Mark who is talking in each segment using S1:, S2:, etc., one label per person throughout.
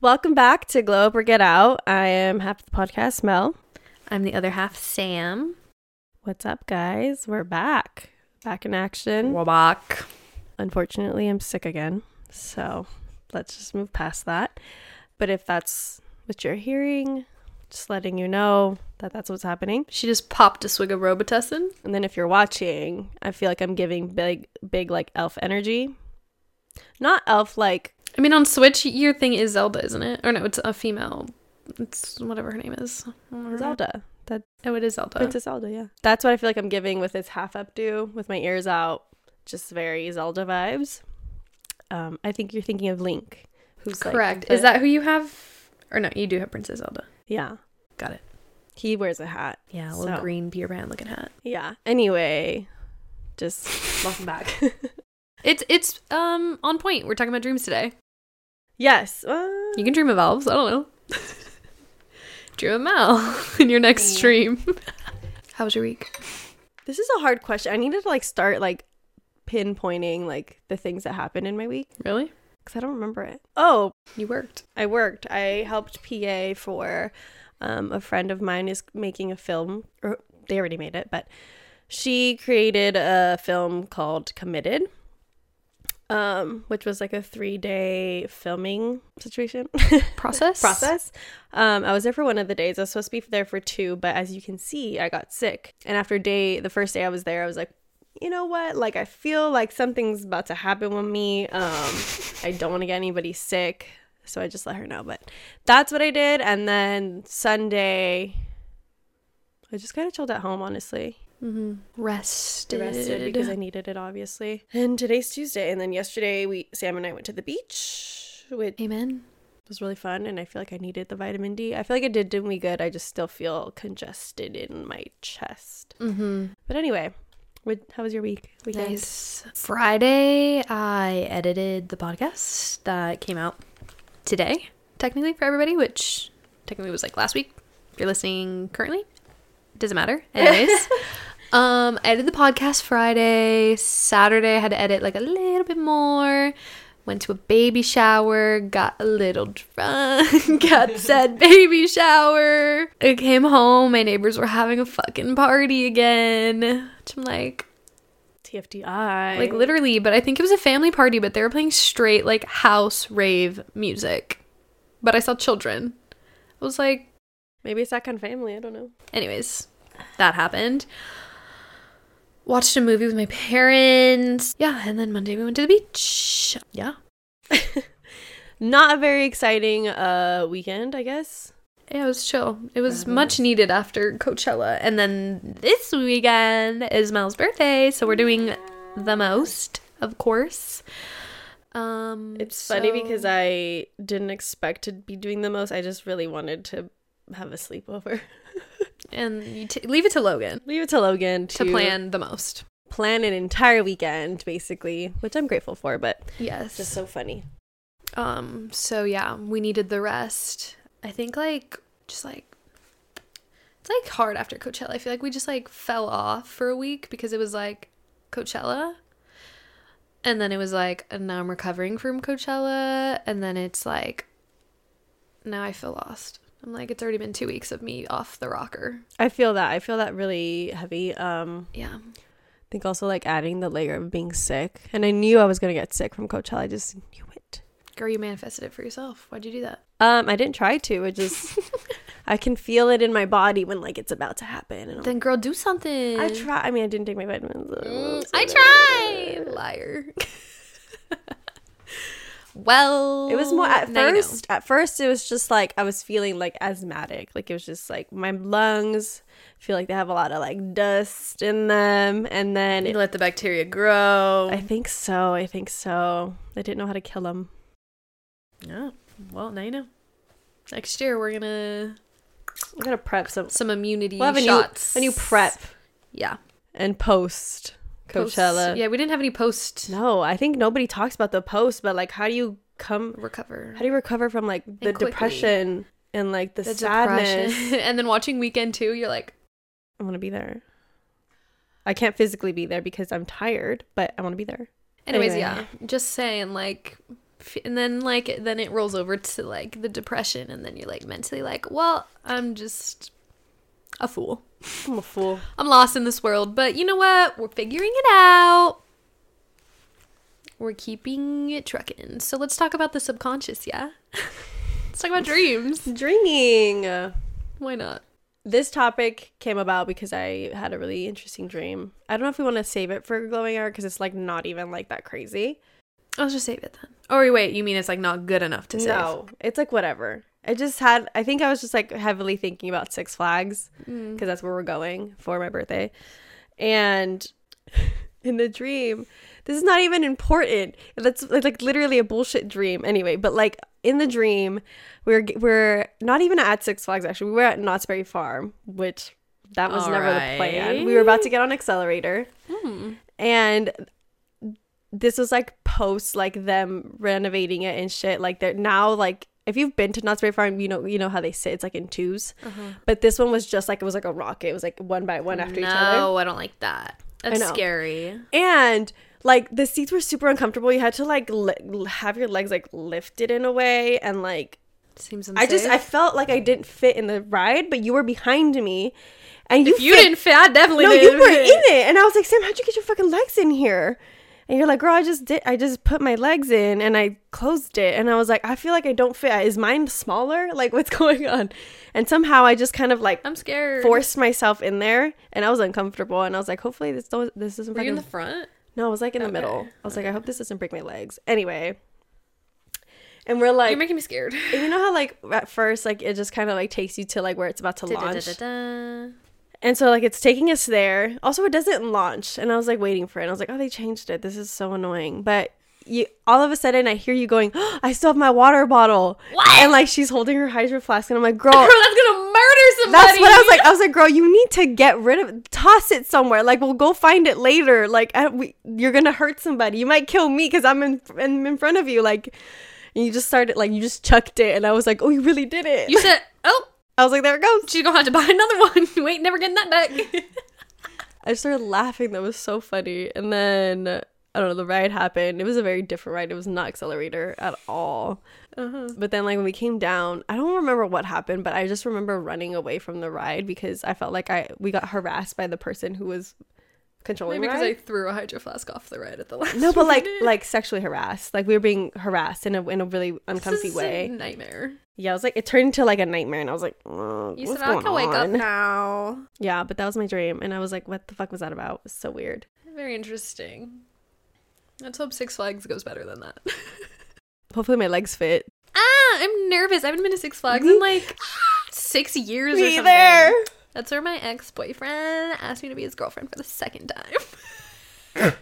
S1: Welcome back to Glow Up or Get Out. I am half of the podcast, Mel.
S2: I'm the other half, Sam.
S1: What's up, guys? We're back. Back in action.
S2: Wabak.
S1: Unfortunately, I'm sick again. So let's just move past that. But if that's what you're hearing, just letting you know that that's what's happening.
S2: She just popped a swig of Robitussin.
S1: And then if you're watching, I feel like I'm giving big, big, like elf energy. Not elf like,
S2: I mean, on Switch, your thing is Zelda, isn't it? Or no, it's a female. It's whatever her name is.
S1: Zelda. That
S2: Oh, it is Zelda.
S1: Princess Zelda, yeah. That's what I feel like I'm giving with this half updo, with my ears out, just very Zelda vibes. Um, I think you're thinking of Link, who's like,
S2: Correct.
S1: the-
S2: is that who you have? Or no, you do have Princess Zelda.
S1: yeah?
S2: Got it.
S1: He wears a hat.
S2: Yeah,
S1: a little
S2: green beer brand looking hat.
S1: Yeah. Anyway, just
S2: Welcome back. it's it's um on point. We're talking about dreams today.
S1: yes. Uh,
S2: You can dream of elves. I don't know. dream of Mel in your next dream. How was your week?
S1: this is a hard question. I needed to like start like pinpointing like the things that happened in my week
S2: Really?
S1: because I don't remember it. Oh,
S2: You worked.
S1: I worked. I helped PA for um, a friend of mine is making a film. Or they already made it, but she created a film called Committed, um, which was like a three day filming situation
S2: Process?
S1: process. Um, I was there for one of the days. I was supposed to be there for two, but as you can see, I got sick. And after day, the first day I was there, I was like, you know what? Like, I feel like something's about to happen with me. Um, I don't want to get anybody sick. So I just let her know. But that's what I did. And then Sunday, I just kind of chilled at home, honestly.
S2: Mm-hmm. Rested.
S1: Rested because I needed it, obviously. And today's Tuesday. And then yesterday, we Sam and I went to the beach, which
S2: Amen.
S1: was really fun and I feel like I needed the vitamin D. I feel like it did do me good. I just still feel congested in my chest.
S2: Mm-hmm.
S1: But anyway, what, how was your week? Weekend?
S2: Nice. Friday, I edited the podcast that came out today, technically for everybody, which technically was like last week. If you're listening currently, doesn't matter. Anyways, um, I edited the podcast Friday. Saturday, I had to edit like a little bit more. Went to a baby shower, got a little drunk, got said baby shower. I came home, my neighbors were having a fucking party again. Which I'm like,
S1: TFDI.
S2: like literally, but I think it was a family party, but they were playing straight like house rave music. But I saw children. I was like,
S1: maybe it's that kind of family. I don't know.
S2: anyways, that happened. Watched a movie with my parents. Yeah, and then Monday we went to the beach. Yeah.
S1: Not a very exciting uh weekend, I guess.
S2: Yeah, it was chill. It was much needed after Coachella. And then this weekend is Mel's birthday, so we're doing the most, of course. Um
S1: It's funny
S2: so-
S1: because I didn't expect to be doing the most. I just really wanted to have a sleepover.
S2: and you t- leave it to Logan
S1: Leave it to Logan to,
S2: to plan the most.
S1: plan an entire weekend basically, which I'm grateful for, but
S2: Yes.
S1: just so funny.
S2: um. So yeah, we needed the rest. I think like just like it's like hard after Coachella. I feel like we just like fell off for a week because it was like Coachella, and then it was like and now I'm recovering from Coachella, and then it's like now I feel lost. I'm like it's already been two weeks of me off the rocker.
S1: I feel that. I feel that really heavy. Um,
S2: Yeah.
S1: I think also like adding the layer of being sick. And I knew I was gonna get sick from Coachella. I just knew it.
S2: Girl, you manifested it for yourself. Why'd you do that?
S1: Um, I didn't try to. It just I can feel it in my body when like it's about to happen. And I'm
S2: Then, girl, do something.
S1: like, I try. I mean, I didn't take my vitamins.
S2: Mm, I tried. Liar. well,
S1: It was more at
S2: now you know.
S1: first. At first, it was just like I was feeling like asthmatic. Like it was just like my lungs feel like they have a lot of like dust in them, and then
S2: You
S1: it,
S2: let the bacteria grow.
S1: I think so. I think so. I didn't know how to kill them.
S2: yeah. Well, now you know. Next year we're gonna
S1: I'm gonna prep some
S2: some immunity
S1: We'll have a new-
S2: shots.
S1: a new prep
S2: Yeah.
S1: and post
S2: Post-
S1: Coachella.
S2: yeah, we didn't have any post
S1: No, I think nobody talks about the post, but like, how do you come?
S2: recover.
S1: How do you recover from like the
S2: quickly.
S1: depression and like the,
S2: The
S1: sadness?
S2: depression. and then watching Weekend Two, you're like,
S1: I want to be there. I can't physically be there because I'm tired, but I want to be there.
S2: Anyways,
S1: Anyway.
S2: yeah, just saying like, f- and then like then it rolls over to like the depression, and then you're like mentally like, well, I'm just a fool.
S1: I'm a fool.
S2: I'm lost in this world, but you know what? We're figuring it out. We're keeping it trucking. So let's talk about the subconscious, yeah? let's talk about dreams.
S1: Dreaming.
S2: Why not?
S1: This topic came about because I had a really interesting dream. I don't know if we want to save it for glowing hour because it's like not even like that crazy.
S2: I'll just save it then. Oh wait, you mean it's like not good enough to save?
S1: No, it's like whatever. I just had, I think I was just like heavily thinking about Six Flags
S2: Mm.
S1: because that's where we're going for my birthday. And in the dream, this is not even important. That's it's like literally a bullshit dream anyway. But like in the dream, we're we're not even at Six Flags actually. We were at Knott's Berry Farm, which that was
S2: All
S1: never
S2: right.
S1: the plan. We were about to get on accelerator
S2: Hmm.
S1: and this was like post like them renovating it and shit like they're now like if you've been to Knott's Berry Farm, you know you know how they sit. It's like in 2s
S2: Uh-huh.
S1: but this one was just like it was like a rocket. It was like one by one after
S2: no,
S1: each other,
S2: I don't like that. That's
S1: know.
S2: scary.
S1: and like the seats were super uncomfortable. You had to like li- have your legs like lifted in a way, and like
S2: Seems
S1: I
S2: unsafe.
S1: just I felt like I didn't fit in the ride, but you were behind me, and you
S2: if you
S1: fit-
S2: didn't fit, I definitely
S1: No,
S2: didn't
S1: you were in
S2: fit.
S1: it, and I was like, Sam, how'd you get your fucking legs in here? And you're like, girl, I just did. I just put my legs in and I closed it, and I was like, I feel like I don't fit. Is mine smaller? Like, what's going on? And somehow I just kind of like
S2: I'm scared.
S1: forced myself in there, and I was uncomfortable, and I was like, hopefully this don't, this isn't
S2: Were you
S1: fucking.
S2: in the front?
S1: no, I was like in the middle. I was like, I hope this doesn't break my legs. Anyway, and we're like,
S2: You're making me scared.
S1: and you know how like at first like it just kind of like takes you to like where it's about to launch.
S2: Da-da-da-da-da.
S1: And so like it's taking us there. Also, it doesn't launch, and I was like waiting for it. And I was like, oh, they changed it. This is so annoying. But you, all of a sudden, I hear you going, oh, I still have my water bottle.
S2: What?
S1: And like she's holding her hydro flask, and I'm like, girl.
S2: Girl, that's gonna murder
S1: Oh.
S2: somebody.
S1: That's what I was like. I was like, girl, you need to get rid of, toss it somewhere. Like, we'll go find it later. Like, I, we, you're gonna hurt somebody. You might kill me because I'm in, in in front of you. Like, and you just started, like, you just chucked it, and I was like, oh, you really did it.
S2: You said, "Oh,
S1: I was like, there it goes.
S2: she's gonna have to buy another one. Wait, never getting that back."
S1: I started laughing. That was so funny. And then I don't know, the ride happened. It was a very different ride. It was not accelerator at all. But then like when we came down, I don't remember what happened, but I just remember running away from the ride because I felt like I we got harassed by the person who was controlling
S2: Maybe
S1: the
S2: because I
S1: ride.
S2: threw a hydro flask off the ride at the last.
S1: no, but like
S2: minute.
S1: like sexually harassed. Like we were being harassed in a in a really
S2: this
S1: uncomfy
S2: is a
S1: way.
S2: nightmare.
S1: Yeah, I was like it turned into like a nightmare, and I was like, mm,
S2: You
S1: what's
S2: said, "I
S1: going
S2: can wake up
S1: on?"
S2: now."
S1: Yeah, but that was my dream, and I was like, what the fuck was that about? It was so weird.
S2: Very interesting. Let's hope Six Flags goes better than that.
S1: Hopefully my legs fit.
S2: ah, I'm nervous. I haven't been to Six Flags in like six years or
S1: Me
S2: something.
S1: there.
S2: That's where my ex boyfriend asked me to be his girlfriend for the second time.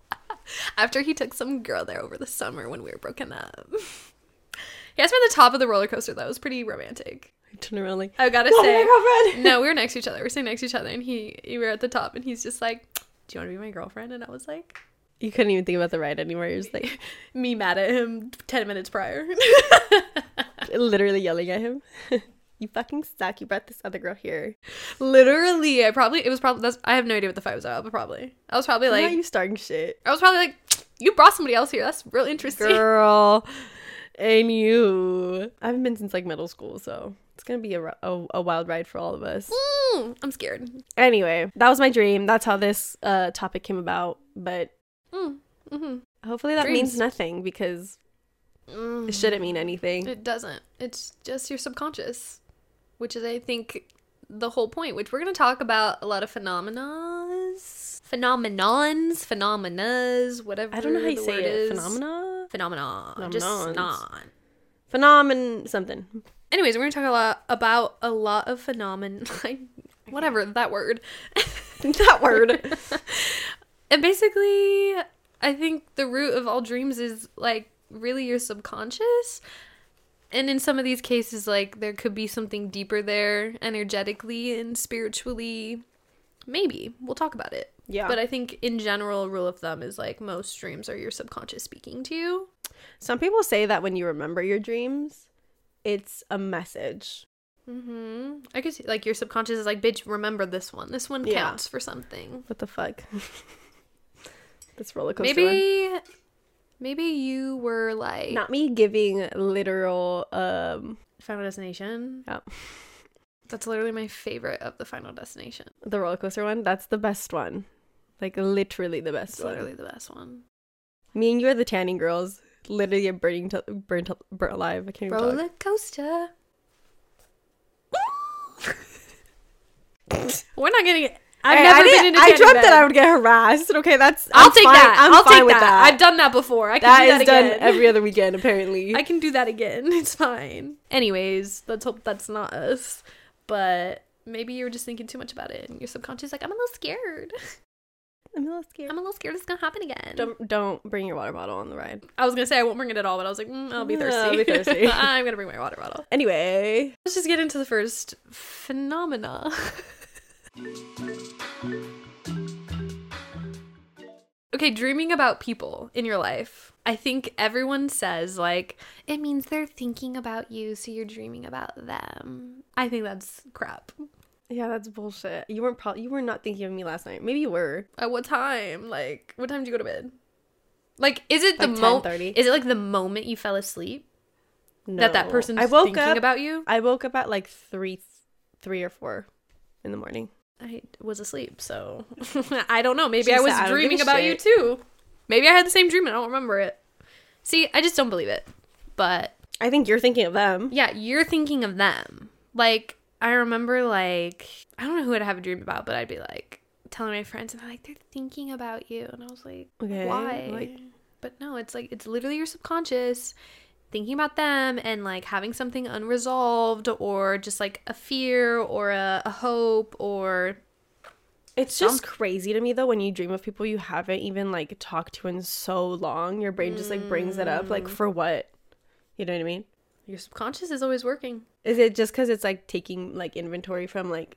S2: After he took some girl there over the summer when we were broken up. He asked me at the top of the roller coaster, though. It was pretty romantic.
S1: turn around like
S2: I gotta
S1: "Oh,
S2: say.
S1: my girlfriend.
S2: no, we were next to each other. We were sitting next to each other, and he, we were at the top, and he's just like, Do you want to be my girlfriend? And I was like,
S1: You couldn't even think about the ride anymore. You're just like
S2: Me mad at him 10 minutes prior.
S1: literally yelling at him. you fucking suck. You brought this other girl here.
S2: Literally, I probably, it was probably, that's, I have no idea what the fight was about, but probably. I was probably
S1: Like,
S2: like,
S1: Why are you starting shit?
S2: I was probably like, you brought somebody else here. That's real interesting.
S1: Girl. And you. I haven't been since like middle school, so it's gonna be a, ru- a, a wild ride for all of us.
S2: Mm, I'm scared.
S1: Anyway, that was my dream. That's how this uh, topic came about. But
S2: Mm, mhm.
S1: hopefully that
S2: Dreams.
S1: means nothing because
S2: Mm.
S1: it shouldn't mean anything.
S2: It doesn't. It's just your subconscious, which is, I think, the whole point. Which we're going to talk about a lot of phenomenons, phenomenons, phenomenas, whatever.
S1: I don't know how you
S2: the
S1: say
S2: word
S1: it.
S2: is.
S1: Phenomena.
S2: Phenomenon. Just
S1: Phenomenons.
S2: non.
S1: Phenomenon. Something.
S2: Anyways, we're going to talk a lot about a lot of phenomen, like whatever that word.
S1: that word.
S2: And basically, I think the root of all dreams is like really your subconscious. And in some of these cases, like there could be something deeper there energetically and spiritually. Maybe we'll talk about it.
S1: Yeah.
S2: But I think in general, rule of thumb is like most dreams are your subconscious speaking to you.
S1: Some people say that when you remember your dreams, it's a message.
S2: Mm-hmm. I could see, like, your subconscious is like, bitch, remember this one. This one
S1: Yeah.
S2: counts for something.
S1: What the fuck? this roller coaster. one.
S2: Maybe, maybe you were like
S1: not me giving literal. um
S2: Final Destination.
S1: Oh.
S2: That's literally my favorite of the Final Destination.
S1: The roller coaster one. That's the best one. Like literally the best
S2: It's
S1: one.
S2: literally the best one.
S1: Me and you are the tanning girls. Literally get burning to burnt to- burnt alive. I can't even talk.
S2: Roller coaster. We're not getting. I've
S1: Hey,
S2: never
S1: I
S2: been
S1: didn't-
S2: into.
S1: I
S2: tanning
S1: dreamt
S2: bed.
S1: that I would get harassed. Okay, that's.
S2: I'll
S1: I'm
S2: take
S1: fine-
S2: that.
S1: I'm
S2: will
S1: fine
S2: take
S1: with
S2: that.
S1: that.
S2: I've done that before. I can
S1: That
S2: do that
S1: is done
S2: again.
S1: every other weekend, apparently.
S2: I can do that again. It's fine. Anyways, let's hope that's not us. But maybe you were just thinking too much about it, and your subconscious is like, I'm a little scared.
S1: I'm a little scared.
S2: I'm a little scared it's gonna happen again.
S1: Don't don't bring your water bottle on the ride.
S2: I was gonna say I won't bring it at all, but I was like, mm, I'll be
S1: Yeah,
S2: thirsty.
S1: I'll be thirsty.
S2: I'm gonna bring my water bottle.
S1: Anyway,
S2: Let's just get into the first phenomena. okay, dreaming about people in your life. I think everyone says, like, it means they're thinking about you, so you're dreaming about them. I think that's crap.
S1: yeah, that's bullshit. You weren't probably you were not thinking of me last night. Maybe you were.
S2: At what time? Like, what time did you go to bed? Like, is it
S1: Like
S2: the moment?
S1: 10:30.
S2: Is it like the moment you fell asleep that that
S1: No.
S2: person's
S1: I woke
S2: thinking
S1: up.
S2: about you?
S1: I woke up at like three, three or four, in the morning.
S2: I was asleep, so I don't know. Maybe
S1: She
S2: I was
S1: said, "I don't
S2: dreaming
S1: give a
S2: about
S1: shit."
S2: you too. Maybe I had the same dream and I don't remember it. See, I just don't believe it. But
S1: I think you're thinking of them.
S2: yeah, you're thinking of them. Like I remember, like I don't know who I'd have a dream about, but I'd be like telling my friends, and they're like, "They're thinking about you," and I was like,
S1: Okay.
S2: "Why?"
S1: like-
S2: But no, it's like it's literally your subconscious thinking about them and like having something unresolved or just like a fear or a, a hope or
S1: It's just crazy to me though when you dream of people you haven't even like talked to in so long. Your brain just like brings it up.
S2: Mm.
S1: Like for what? You know what I mean?
S2: Your subconscious is always working.
S1: Is it just because it's like taking like inventory from like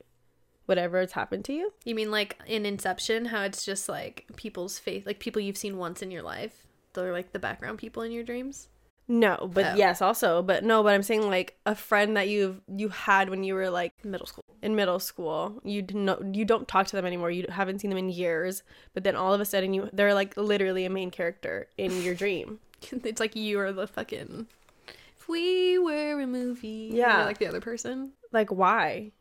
S1: whatever has happened to you?
S2: You mean like in Inception, how it's just like people's face, like people you've seen once in your life? They're like the background people in your dreams.
S1: No, but
S2: Oh.
S1: yes, also, but no, but I'm saying like a friend that you've you had when you were like
S2: Middle school.
S1: in middle school. You didn't know, you don't talk to them anymore. You haven't seen them in years, but then all of a sudden you they're like literally a main character in your dream.
S2: it's like you are the fucking. If we were a movie, and
S1: Yeah.
S2: you're like the other person.
S1: Like why?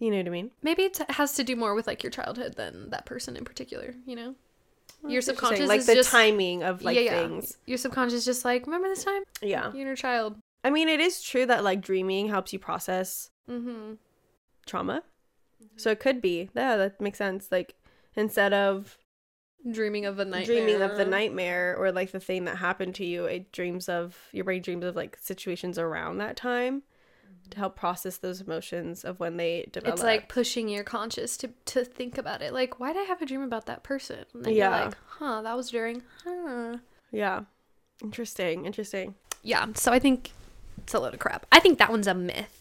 S1: You know what I mean?
S2: Maybe it has to do more with like your childhood than that person in particular. You know, your
S1: That's what
S2: subconscious
S1: you're saying. like
S2: is
S1: the
S2: just
S1: timing of like
S2: yeah, yeah.
S1: things. Oh.
S2: Your subconscious is just like remember this time
S1: Yeah.
S2: your inner child.
S1: I mean, it is true that like dreaming helps you process
S2: Mm-hmm.
S1: trauma. So it could be. Yeah, that makes sense. Like instead of
S2: Dreaming of a nightmare.
S1: dreaming of the nightmare or like the thing that happened to you, it dreams of your brain dreams of like situations around that time to help process those emotions of when they develop.
S2: it's like pushing your conscious to to think about it. Like, why did I have a dream about that person? And then
S1: Yeah.
S2: you're like, huh, that was during huh.
S1: yeah. Interesting, interesting.
S2: Yeah. So I think it's a load of crap. I think that one's a myth.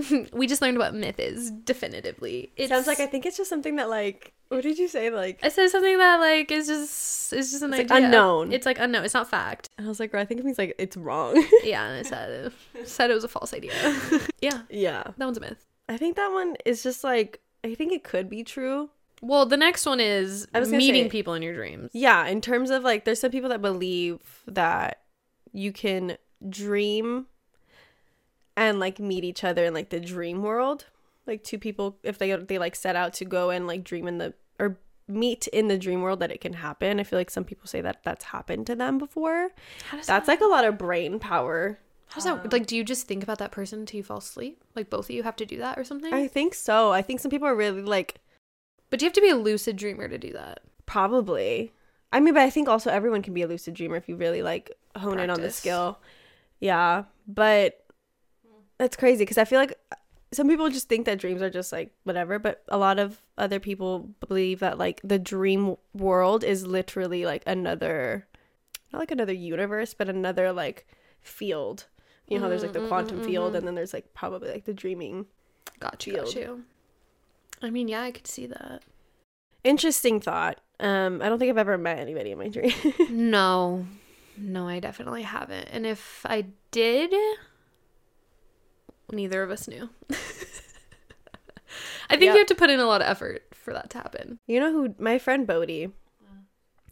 S2: we just learned what myth is definitively. It
S1: It sounds like I think it's just something that like what did you say like
S2: I said something that like is just it's just an
S1: It's, like,
S2: idea.
S1: unknown.
S2: It's like unknown. It's not fact.
S1: I was like, I think it means like it's wrong.
S2: Yeah, and I said said it was a false idea. yeah,
S1: yeah.
S2: that one's a myth.
S1: I think that one is just like I think it could be true.
S2: Well, the next one is
S1: I was gonna
S2: meeting
S1: say-
S2: people in your dreams.
S1: Yeah, in terms of like there's some people that believe that you can dream and like meet each other in like the dream world. Like two people if they they like set out to go and like dream in the or meet in the dream world that it can happen. I feel like some people say that that's happened to them before.
S2: How does
S1: That's like a lot of brain power.
S2: How's that? Like, do you just think about that person until you fall asleep? Like, both of you have to do that or something?
S1: I think so. I think some people are really like
S2: but you have to be a lucid dreamer to do that.
S1: Probably. I mean, but I think also everyone can be a lucid dreamer if you really like hone in on the
S2: Practice.
S1: skill. Yeah, but that's crazy because I feel like uh, some people just think that dreams are just like whatever, but a lot of other people believe that like the dream world is literally like another, not like another universe, but another like field. You know how there's like the quantum field, and then there's like probably like the dreaming.
S2: Got you.
S1: Field.
S2: Got you. I mean, yeah, I could see that.
S1: Interesting thought. Um, I don't think I've ever met anybody in my dream.
S2: no, no, I definitely haven't. And if I did, neither of us knew. I think
S1: Yep.
S2: you have to put in a lot of effort for that to happen.
S1: You know who my friend Bodhi.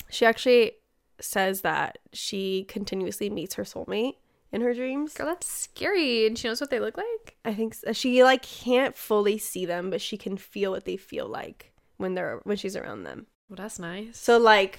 S1: She actually says that she continuously meets her soulmate in her dreams.
S2: Girl, that's scary. And she knows what they look like.
S1: I think so. she like can't fully see them, but she can feel what they feel like when they're when she's around them.
S2: Well, that's nice.
S1: So like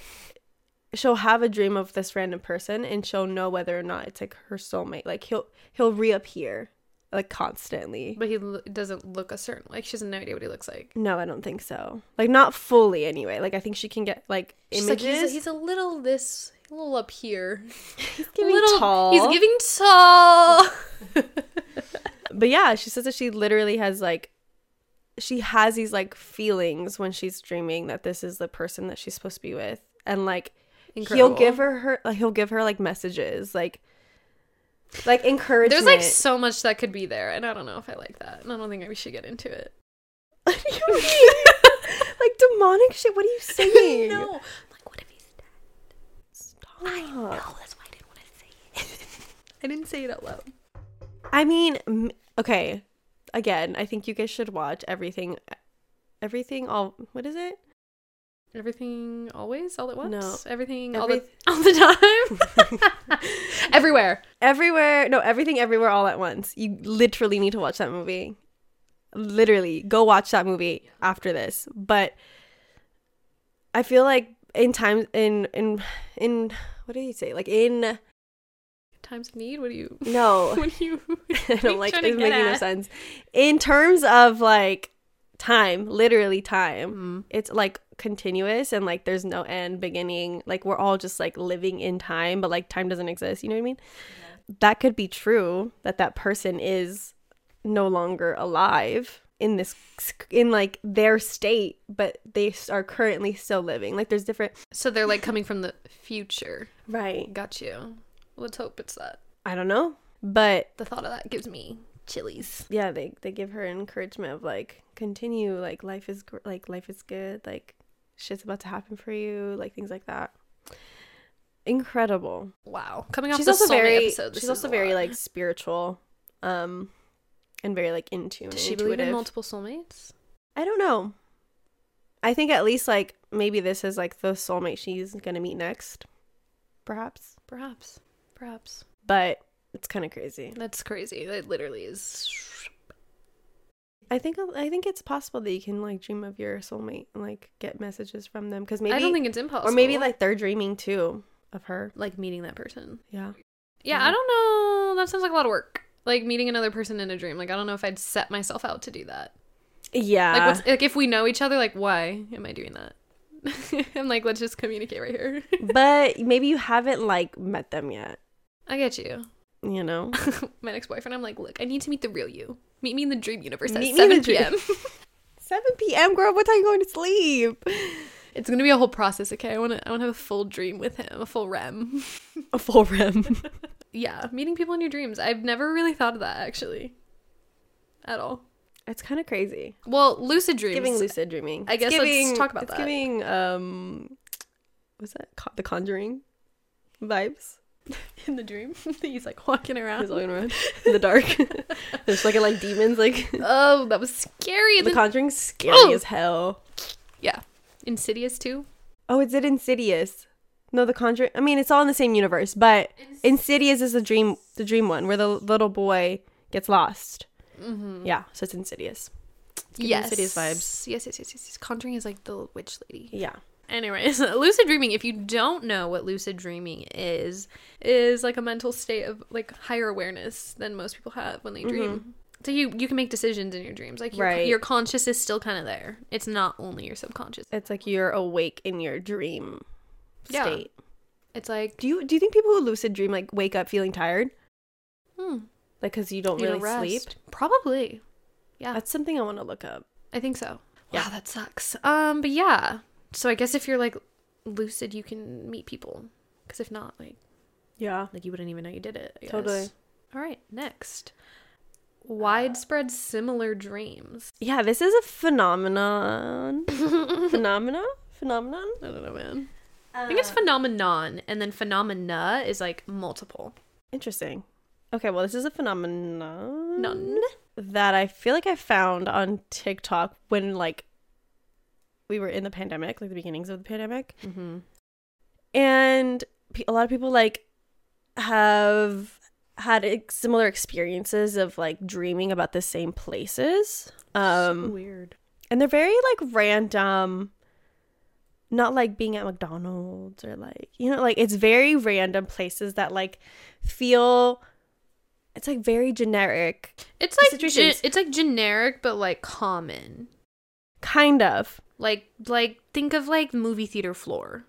S1: she'll have a dream of this random person and she'll know whether or not it's like her soulmate. Like he'll he'll reappear like constantly.
S2: But he lo- doesn't look a certain like she has no idea what he looks like.
S1: No, I don't think so. Like not fully anyway. Like I think she can get like
S2: She's
S1: images.
S2: like he's a, he's a little this a little up here.
S1: He's
S2: little, He's giving tall.
S1: but yeah, she says that she literally has like she has these like feelings when she's dreaming that this is the person that she's supposed to be with. And like
S2: Incredible.
S1: he'll give her her like, he'll give her like messages like like encouragement.
S2: There's like so much that could be there, and I don't know if I like that, and I don't think we should get into it.
S1: What do you mean? like demonic shit. What are you saying?
S2: no, I'm like what if he's dead?
S1: Stop.
S2: Oh, that's why I didn't want to say it. I didn't say it out loud.
S1: I mean, m- okay. Again, I think you guys should watch everything. Everything all what is it?
S2: Everything always, all at once.
S1: No.
S2: everything
S1: Every-
S2: all the all the time, everywhere.
S1: Everywhere. No, everything everywhere all at once. You literally need to watch that movie. Literally, go watch that movie after this. But I feel like in times in in in what do you say? Like in
S2: Times of need. What do you?
S1: no.
S2: What do you?
S1: I
S2: what are you
S1: don't like
S2: trying
S1: it's
S2: to get
S1: making no
S2: at?
S1: sense. In terms of like time, literally time,
S2: Mm.
S1: it's like continuous and like there's no end, beginning. Like we're all just like living in time, but like time doesn't exist. You know what I mean? That could be true that that person is no longer alive in this in like their state, but they s- are currently still living. Like there's different
S2: So they're like coming from the future.
S1: right.
S2: Got you. Let's hope it's that.
S1: I don't know, but
S2: The thought of that gives me chilies.
S1: yeah they they give her encouragement of like continue like life is gr- like life is good like shit's about to happen for you like things like that incredible
S2: Wow. Coming off
S1: she's
S2: the
S1: also
S2: soulmate
S1: very
S2: episode, this
S1: she's
S2: is
S1: also
S2: a
S1: very
S2: lot.
S1: like spiritual um and very like into
S2: Does she believe in multiple soulmates?
S1: i don't know i think at least like maybe this is like the soulmate she's gonna meet next perhaps
S2: Perhaps. Perhaps.
S1: but it's kind of crazy
S2: That's crazy. That literally is.
S1: i think i think it's possible that you can like dream of your soulmate and like get messages from them because maybe
S2: I don't think it's impossible.
S1: Or maybe like they're dreaming too of her.
S2: like meeting that person.
S1: Yeah.
S2: Yeah, I don't know. That sounds like a lot of work. Like meeting another person in a dream. Like I don't know if I'd set myself out to do that.
S1: Yeah.
S2: Like what's like if we know each other, like why am I doing that? I'm like, let's just communicate right here.
S1: but maybe you haven't like met them yet,
S2: I get you.
S1: you know?
S2: My ex boyfriend, I'm like, look, I need to meet the real you. Meet me in the dream universe at
S1: Meet me in the
S2: 7
S1: dream-
S2: p.m.
S1: 7 p.m., girl, what time you going to sleep?
S2: it's gonna be a whole process, okay? I wanna I wanna have a full dream with him, a full REM.
S1: A full REM.
S2: yeah, meeting people in your dreams. I've never really thought of that actually. At all.
S1: it's kind of crazy.
S2: Well, lucid dreams.
S1: Giving lucid dreaming.
S2: I
S1: It's
S2: guess let's
S1: giving-
S2: talk about
S1: it's
S2: that.
S1: giving, um, what's that? Co- the Conjuring vibes.
S2: in the dream. He's like walking around.
S1: He's looking around in the dark. There's like like demons. Like
S2: oh, that was scary. And
S1: the
S2: then-
S1: Conjuring's scary
S2: Oh!
S1: as hell.
S2: yeah. Insidious too.
S1: Oh, is it Insidious? No, the Conjuring. I mean, it's all in the same universe, but Insidious is the dream, the dream one where the little boy gets lost.
S2: Mm-hmm.
S1: Yeah, so it's Insidious. giving
S2: Yes.
S1: Insidious vibes.
S2: Yes, yes, yes, yes, yes. Conjuring is like the witch lady.
S1: Yeah,
S2: Anyways, lucid dreaming, if you don't know what lucid dreaming is, is like a mental state of like higher awareness than most people have when they
S1: Mm-hmm.
S2: dream. So you you can make decisions in your dreams. Like your,
S1: Right.
S2: your conscious is still kind of there. It's not only your subconscious.
S1: it's like you're awake in your dream
S2: Yeah.
S1: state.
S2: It's like
S1: Do you do you think people who lucid dream like wake up feeling tired,
S2: hmm,
S1: like because you don't
S2: you
S1: really
S2: don't
S1: sleep?
S2: rest. Ah. Probably. Yeah.
S1: That's something I want to look up.
S2: I think so.
S1: Yeah.
S2: Wow, that sucks. Um, but yeah. So I guess if you're like lucid, you can meet people. Because if not, like,
S1: Yeah,
S2: like you wouldn't even know you did it. I guess.
S1: Totally.
S2: All right. Next, widespread similar dreams.
S1: yeah. This is a phenomenon. phenomena. Phenomenon.
S2: I don't know, man. Uh. I think it's phenomenon, and then phenomena is like multiple.
S1: Interesting. Okay, well, this is a phenomenon
S2: None.
S1: that I feel like I found on TikTok when like we were in the pandemic, like the beginnings of the pandemic,
S2: Mm-hmm.
S1: and pe- a lot of people like have had ex- similar experiences of like dreaming about the same places. Um,
S2: weird.
S1: and they're very like random not like being at McDonald's or like you know like it's very random places that like feel it's like very generic
S2: It's
S1: The
S2: like gen-
S1: situations-
S2: it's like generic but like common.
S1: kind of
S2: Like like think of like movie theater floor.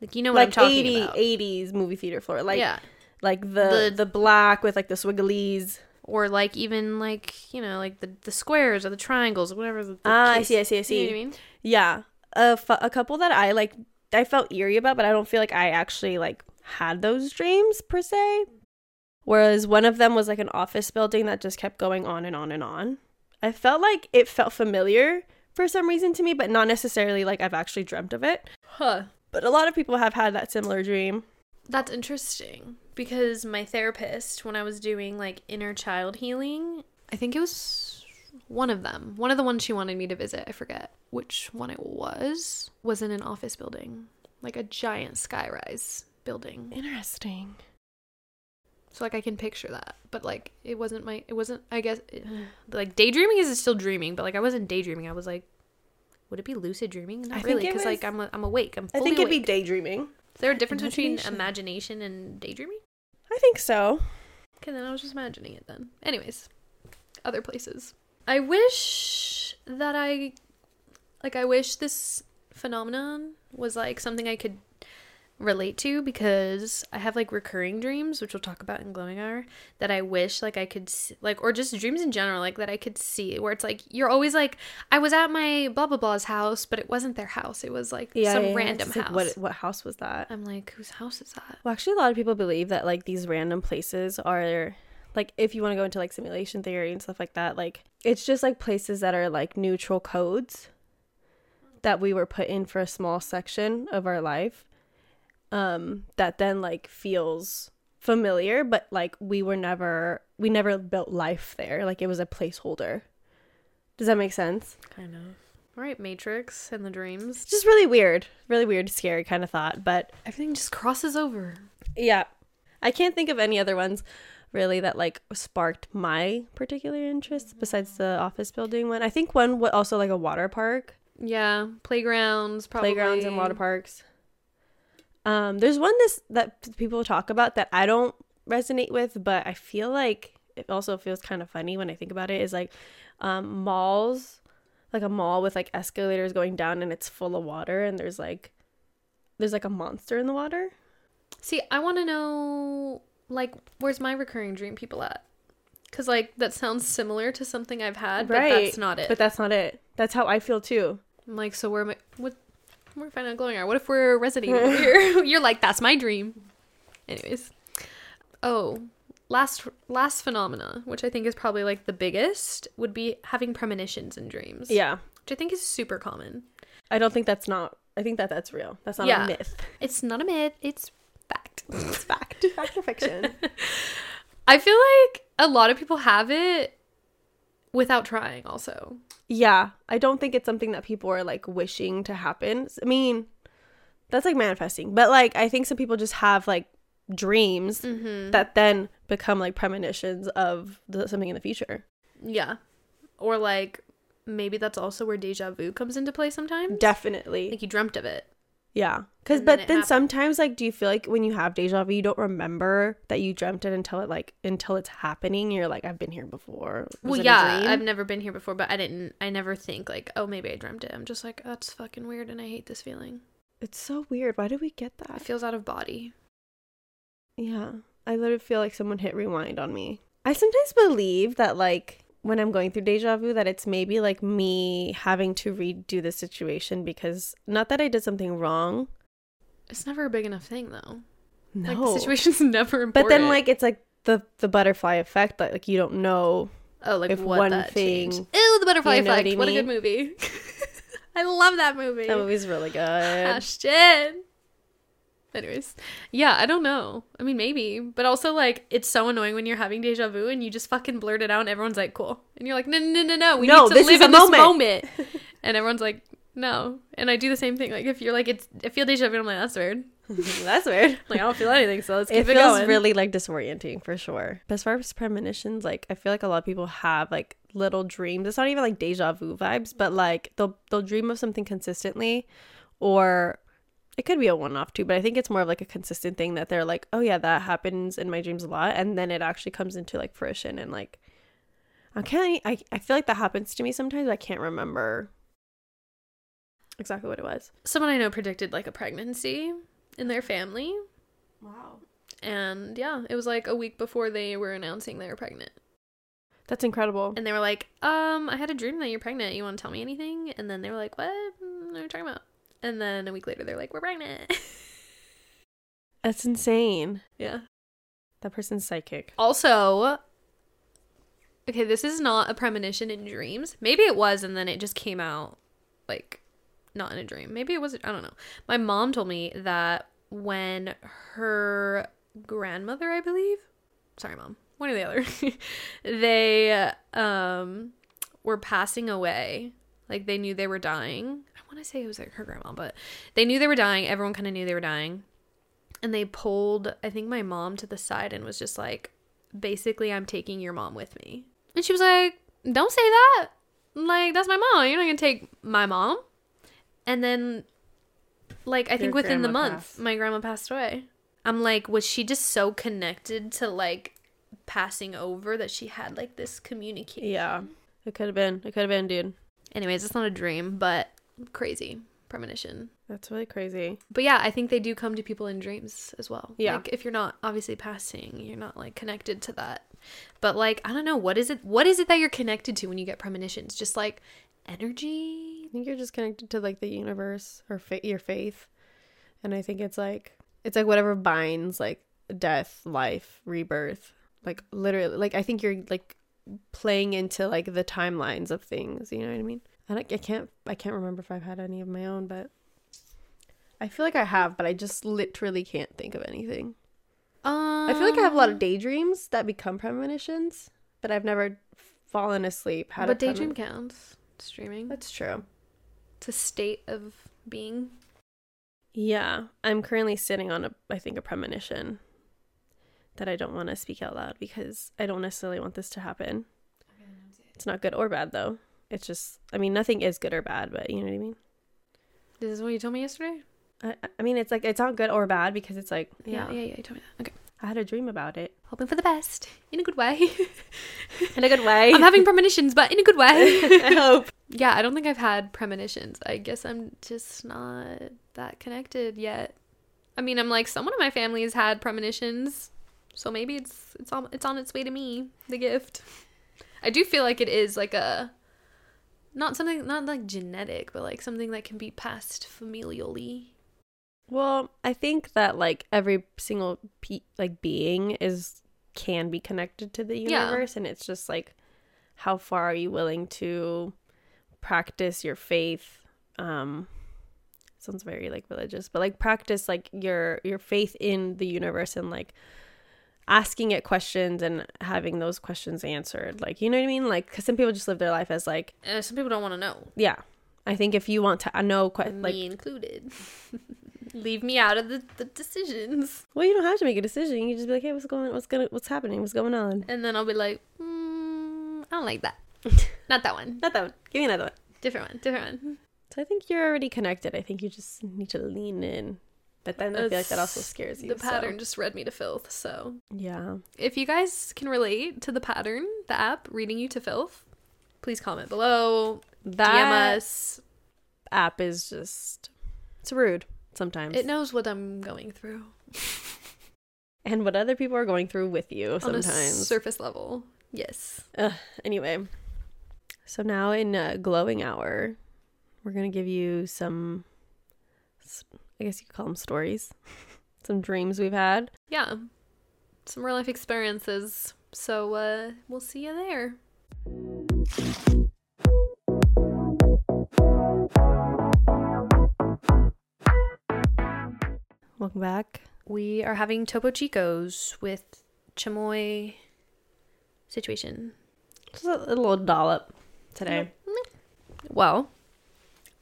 S2: Like you know what I'm
S1: like
S2: talking
S1: 80
S2: about.
S1: 80s movie theater floor like
S2: yeah.
S1: like the,
S2: The-
S1: the black with like the swiggles
S2: Or like even like, you know, like the, the squares or the triangles or whatever the, the
S1: Ah, I
S2: case-
S1: see, I see, I
S2: You know what
S1: see.
S2: I mean?
S1: yeah a, fu- a couple that I like I felt eerie about but I don't feel like I actually like had those dreams per se whereas one of them was like an office building that just kept going on and on and on I felt like it felt familiar for some reason to me but not necessarily like I've actually dreamt of it
S2: Huh.
S1: but a lot of people have had that similar dream
S2: That's interesting because my therapist, when I was doing like inner child healing, I think it was one of them, one of the ones she wanted me to visit, I forget which one it was, was in an office building, like a giant skyrise building.
S1: interesting
S2: So like I can picture that, but like it wasn't my, it wasn't, I guess, it, like daydreaming is still dreaming, but like I wasn't daydreaming. I was like, would it be lucid dreaming? Not
S1: I think
S2: really,
S1: it
S2: because
S1: was-
S2: like I'm, a, I'm awake. I'm
S1: I
S2: fully
S1: think it'd
S2: awake.
S1: be daydreaming
S2: Is there a difference between
S1: Imagination.
S2: imagination and daydreaming?
S1: I think so
S2: Okay, then I was just imagining it then. Anyways, other places. I wish that I, like, I wish this phenomenon was like something I could relate to because I have like recurring dreams, which we'll talk about in Glowing Hour, that I wish like I could, see, like, or just dreams in general, like, that I could see where it's like, you're always like, I was at my blah blah blah's house, but it wasn't their house. It was like some
S1: It's
S2: random
S1: just,
S2: house.
S1: like, what what house was that
S2: I'm like, whose house is that?
S1: Well, actually, a lot of people believe that like these random places are like if you want to go into like simulation theory and stuff like that, like it's just like places that are like neutral codes that we were put in for a small section of our life um that then like feels familiar but like we were never we never built life there like it was a placeholder does that make sense
S2: Kind of. All right, Matrix and the dreams.
S1: it's just really weird really weird scary kind of thought but
S2: Everything just crosses over.
S1: Yeah. I can't think of any other ones really that like sparked my particular interest besides the office building one. I think one was also like a water park,
S2: Yeah, playgrounds, probably.
S1: playgrounds and water parks. Um there's one this that p- people talk about that I don't resonate with, but I feel like it also feels kind of funny when I think about it is like um malls like a mall with like escalators going down and it's full of water and there's like there's like a monster in the water.
S2: See, I want to know, like, where's my recurring dream people at? Because, like, that sounds similar to something I've had, but that's
S1: Right,
S2: not it.
S1: But that's not it. That's how I feel too.
S2: I'm like, so where am I? What? We're finding out glowing hour. What if we're resonating over here? You're like, that's my dream. Anyways, oh, last last phenomena, which I think is probably like the biggest, would be having premonitions in dreams.
S1: Yeah.
S2: which I think is super common.
S1: I don't think that's not. I think that that's real. That's not
S2: Yeah.
S1: a myth.
S2: It's not a myth, it's fact.
S1: It's fact. Fact or fiction?
S2: I feel like a lot of people have it without trying also.
S1: yeah, I don't think it's something that people are like wishing to happen. I mean, that's like manifesting, but like I think some people just have like dreams
S2: Mm-hmm.
S1: that then become like premonitions of the, something in the future.
S2: Yeah. Or like maybe that's also where deja vu comes into play sometimes.
S1: Definitely,
S2: Like you dreamt of it.
S1: yeah. Because
S2: And then
S1: but
S2: it
S1: then
S2: happened.
S1: sometimes like, do you feel like when you have deja vu, you don't remember that you dreamt it until it like until it's happening? You're like, I've been here before. Was
S2: well,
S1: it a
S2: yeah,
S1: dream?
S2: I've never been here before, but I didn't I never think like, oh, maybe I dreamt it. I'm just like, that's fucking weird and I hate this feeling.
S1: it's so weird. Why did we get
S2: It
S1: that?
S2: feels out of body.
S1: Yeah. I literally feel like someone hit rewind on me. I sometimes believe that, like, when I'm going through deja vu, that it's maybe like me having to redo the situation because not that I did something wrong.
S2: It's never a big enough thing though.
S1: No.
S2: Like the situation's never important.
S1: but then, like, it's like the, the butterfly effect that, like, you don't know.
S2: Oh, like
S1: if
S2: what
S1: one
S2: that
S1: thing-
S2: changed. Ew, the butterfly
S1: You know what
S2: effect.
S1: I
S2: What a good
S1: mean?
S2: movie. I love that movie.
S1: That movie's really good.
S2: Ashton. Anyways, yeah, I don't know. I mean, maybe, but also like it's so annoying when you're having deja vu and you just fucking blurt it out, and everyone's like, "Cool," and you're like, "No, no, no, no, no. We
S1: No,
S2: need to
S1: this
S2: live
S1: is a
S2: in this
S1: moment."
S2: moment." and everyone's like, "No," and I do the same thing. Like if you're like, "It's," I feel deja vu. I'm like, "That's weird."
S1: That's weird.
S2: Like I don't feel anything, so let's keep
S1: It
S2: it,
S1: feels
S2: going.
S1: really like disorienting for sure. But as far as premonitions, like I feel like a lot of people have like little dreams. It's not even like deja vu vibes, but like they'll they'll dream of something consistently, or it could be a one off too. But I think it's more of like a consistent thing that they're like, oh yeah, that happens in my dreams a lot, and then it actually comes into like fruition and like I can't. I I feel like that happens to me sometimes. I can't remember exactly what it was.
S2: Someone I know predicted like a pregnancy in their family,
S1: Wow,
S2: and yeah, it was like a week before they were announcing they were pregnant.
S1: that's incredible.
S2: And they were like, um, I had a dream that you're pregnant. You want to tell me anything? And then they were like, what? Mm, What are you talking about? And then a week later, they're like, we're pregnant.
S1: That's insane.
S2: yeah.
S1: That person's psychic.
S2: Also, okay, this is not a premonition in dreams. Maybe it was, and then it just came out like not in a dream. Maybe it was, I don't know. My mom told me that when her grandmother, I believe, sorry, mom, one or the other, they um, were passing away. Like they knew they were dying. I want to say it was like her grandma, but they knew they were dying. Everyone kind of knew they were dying and they pulled i think my mom to the side and was just like basically i'm taking your mom with me and she was like don't say that like that's my mom you're not gonna take my mom and then like i
S1: Your
S2: think within the
S1: grandma
S2: month
S1: passed.
S2: my grandma passed away i'm like was she just so connected to like passing over that she had like this communication
S1: Yeah. It could have been. It could have been, dude.
S2: anyways it's not a dream but crazy premonition
S1: That's really crazy.
S2: But yeah, I think they do come to people in dreams as well.
S1: Yeah.
S2: Like if you're not obviously passing, you're not like connected to that. But like I don't know, what is it what is it that you're connected to when you get premonitions? Just like energy?
S1: I think you're just connected to like the universe or fa- your faith. And I think it's like it's like whatever binds like death, life, rebirth. Like literally like I think you're like playing into like the timelines of things, you know what I mean? I don't I can't I can't remember if I've had any of my own, but I feel like I have, but I just literally can't think of anything.
S2: Um
S1: I feel like I have a lot of daydreams that become premonitions, but I've never fallen asleep. Had a
S2: But daydream
S1: premon-
S2: counts. It's dreaming.
S1: That's true.
S2: It's a state of being.
S1: Yeah, I'm currently sitting on a, I think, a premonition that I don't want to speak out loud because I don't necessarily want this to happen. It's not good or bad though. It's just, I mean, nothing is good or bad, but you know what I mean.
S2: This is what you told me yesterday?
S1: I, I mean, it's like it's not good or bad because it's like, yeah,
S2: yeah, yeah, yeah you told me that. Okay.
S1: I had a dream about it
S2: Hoping for the best. In a good way.
S1: in a good way.
S2: I'm having premonitions, but in a good way.
S1: I hope.
S2: Yeah, I don't think I've had premonitions. I guess I'm just not that connected yet. I mean, I'm like someone in my family has had premonitions, so maybe it's it's on it's on its way to me, the gift. I do feel like it is like a not something not like genetic, but like something that can be passed familially.
S1: Well, I think that like every single pe- like being is can be connected to the
S2: Yeah.
S1: universe and it's just like how far are you willing to practice your faith um sounds very like religious but like practice like your your faith in the universe and like asking it questions and having those questions answered like you know what i mean like cuz some people just live their life as like
S2: Uh, some people don't want to know,
S1: yeah i think if you want to uh, know que- like
S2: me included. Leave me out of the, the decisions,
S1: Well, you don't have to make a decision. You can just be like, hey, what's going, what's gonna, what's happening, what's going on?
S2: and then I'll be like, mm, I don't like that. Not that one.
S1: Not that one. Give me another one.
S2: Different one. Different one.
S1: So I think you're already connected. I think you just need to lean in. But then I feel like that also
S2: That's
S1: scares you.
S2: The
S1: so-
S2: pattern just read me to filth. So
S1: Yeah.
S2: if you guys can relate to the pattern, the app reading you to filth, please comment below.
S1: That
S2: DM us.
S1: app is just, it's rude sometimes.
S2: It knows what I'm going through
S1: and what other people are going through with you sometimes.
S2: on a surface level. Yes.
S1: anyway, so now in uh, glowing hour, we're gonna give you some, s- I guess you could call them stories, some dreams we've had.
S2: Yeah. Some real life experiences. So uh we'll see you there.
S1: Welcome back.
S2: We are having Topo Chicos with chamoy situation.
S1: Just a little dollop today.
S2: Mm, Well,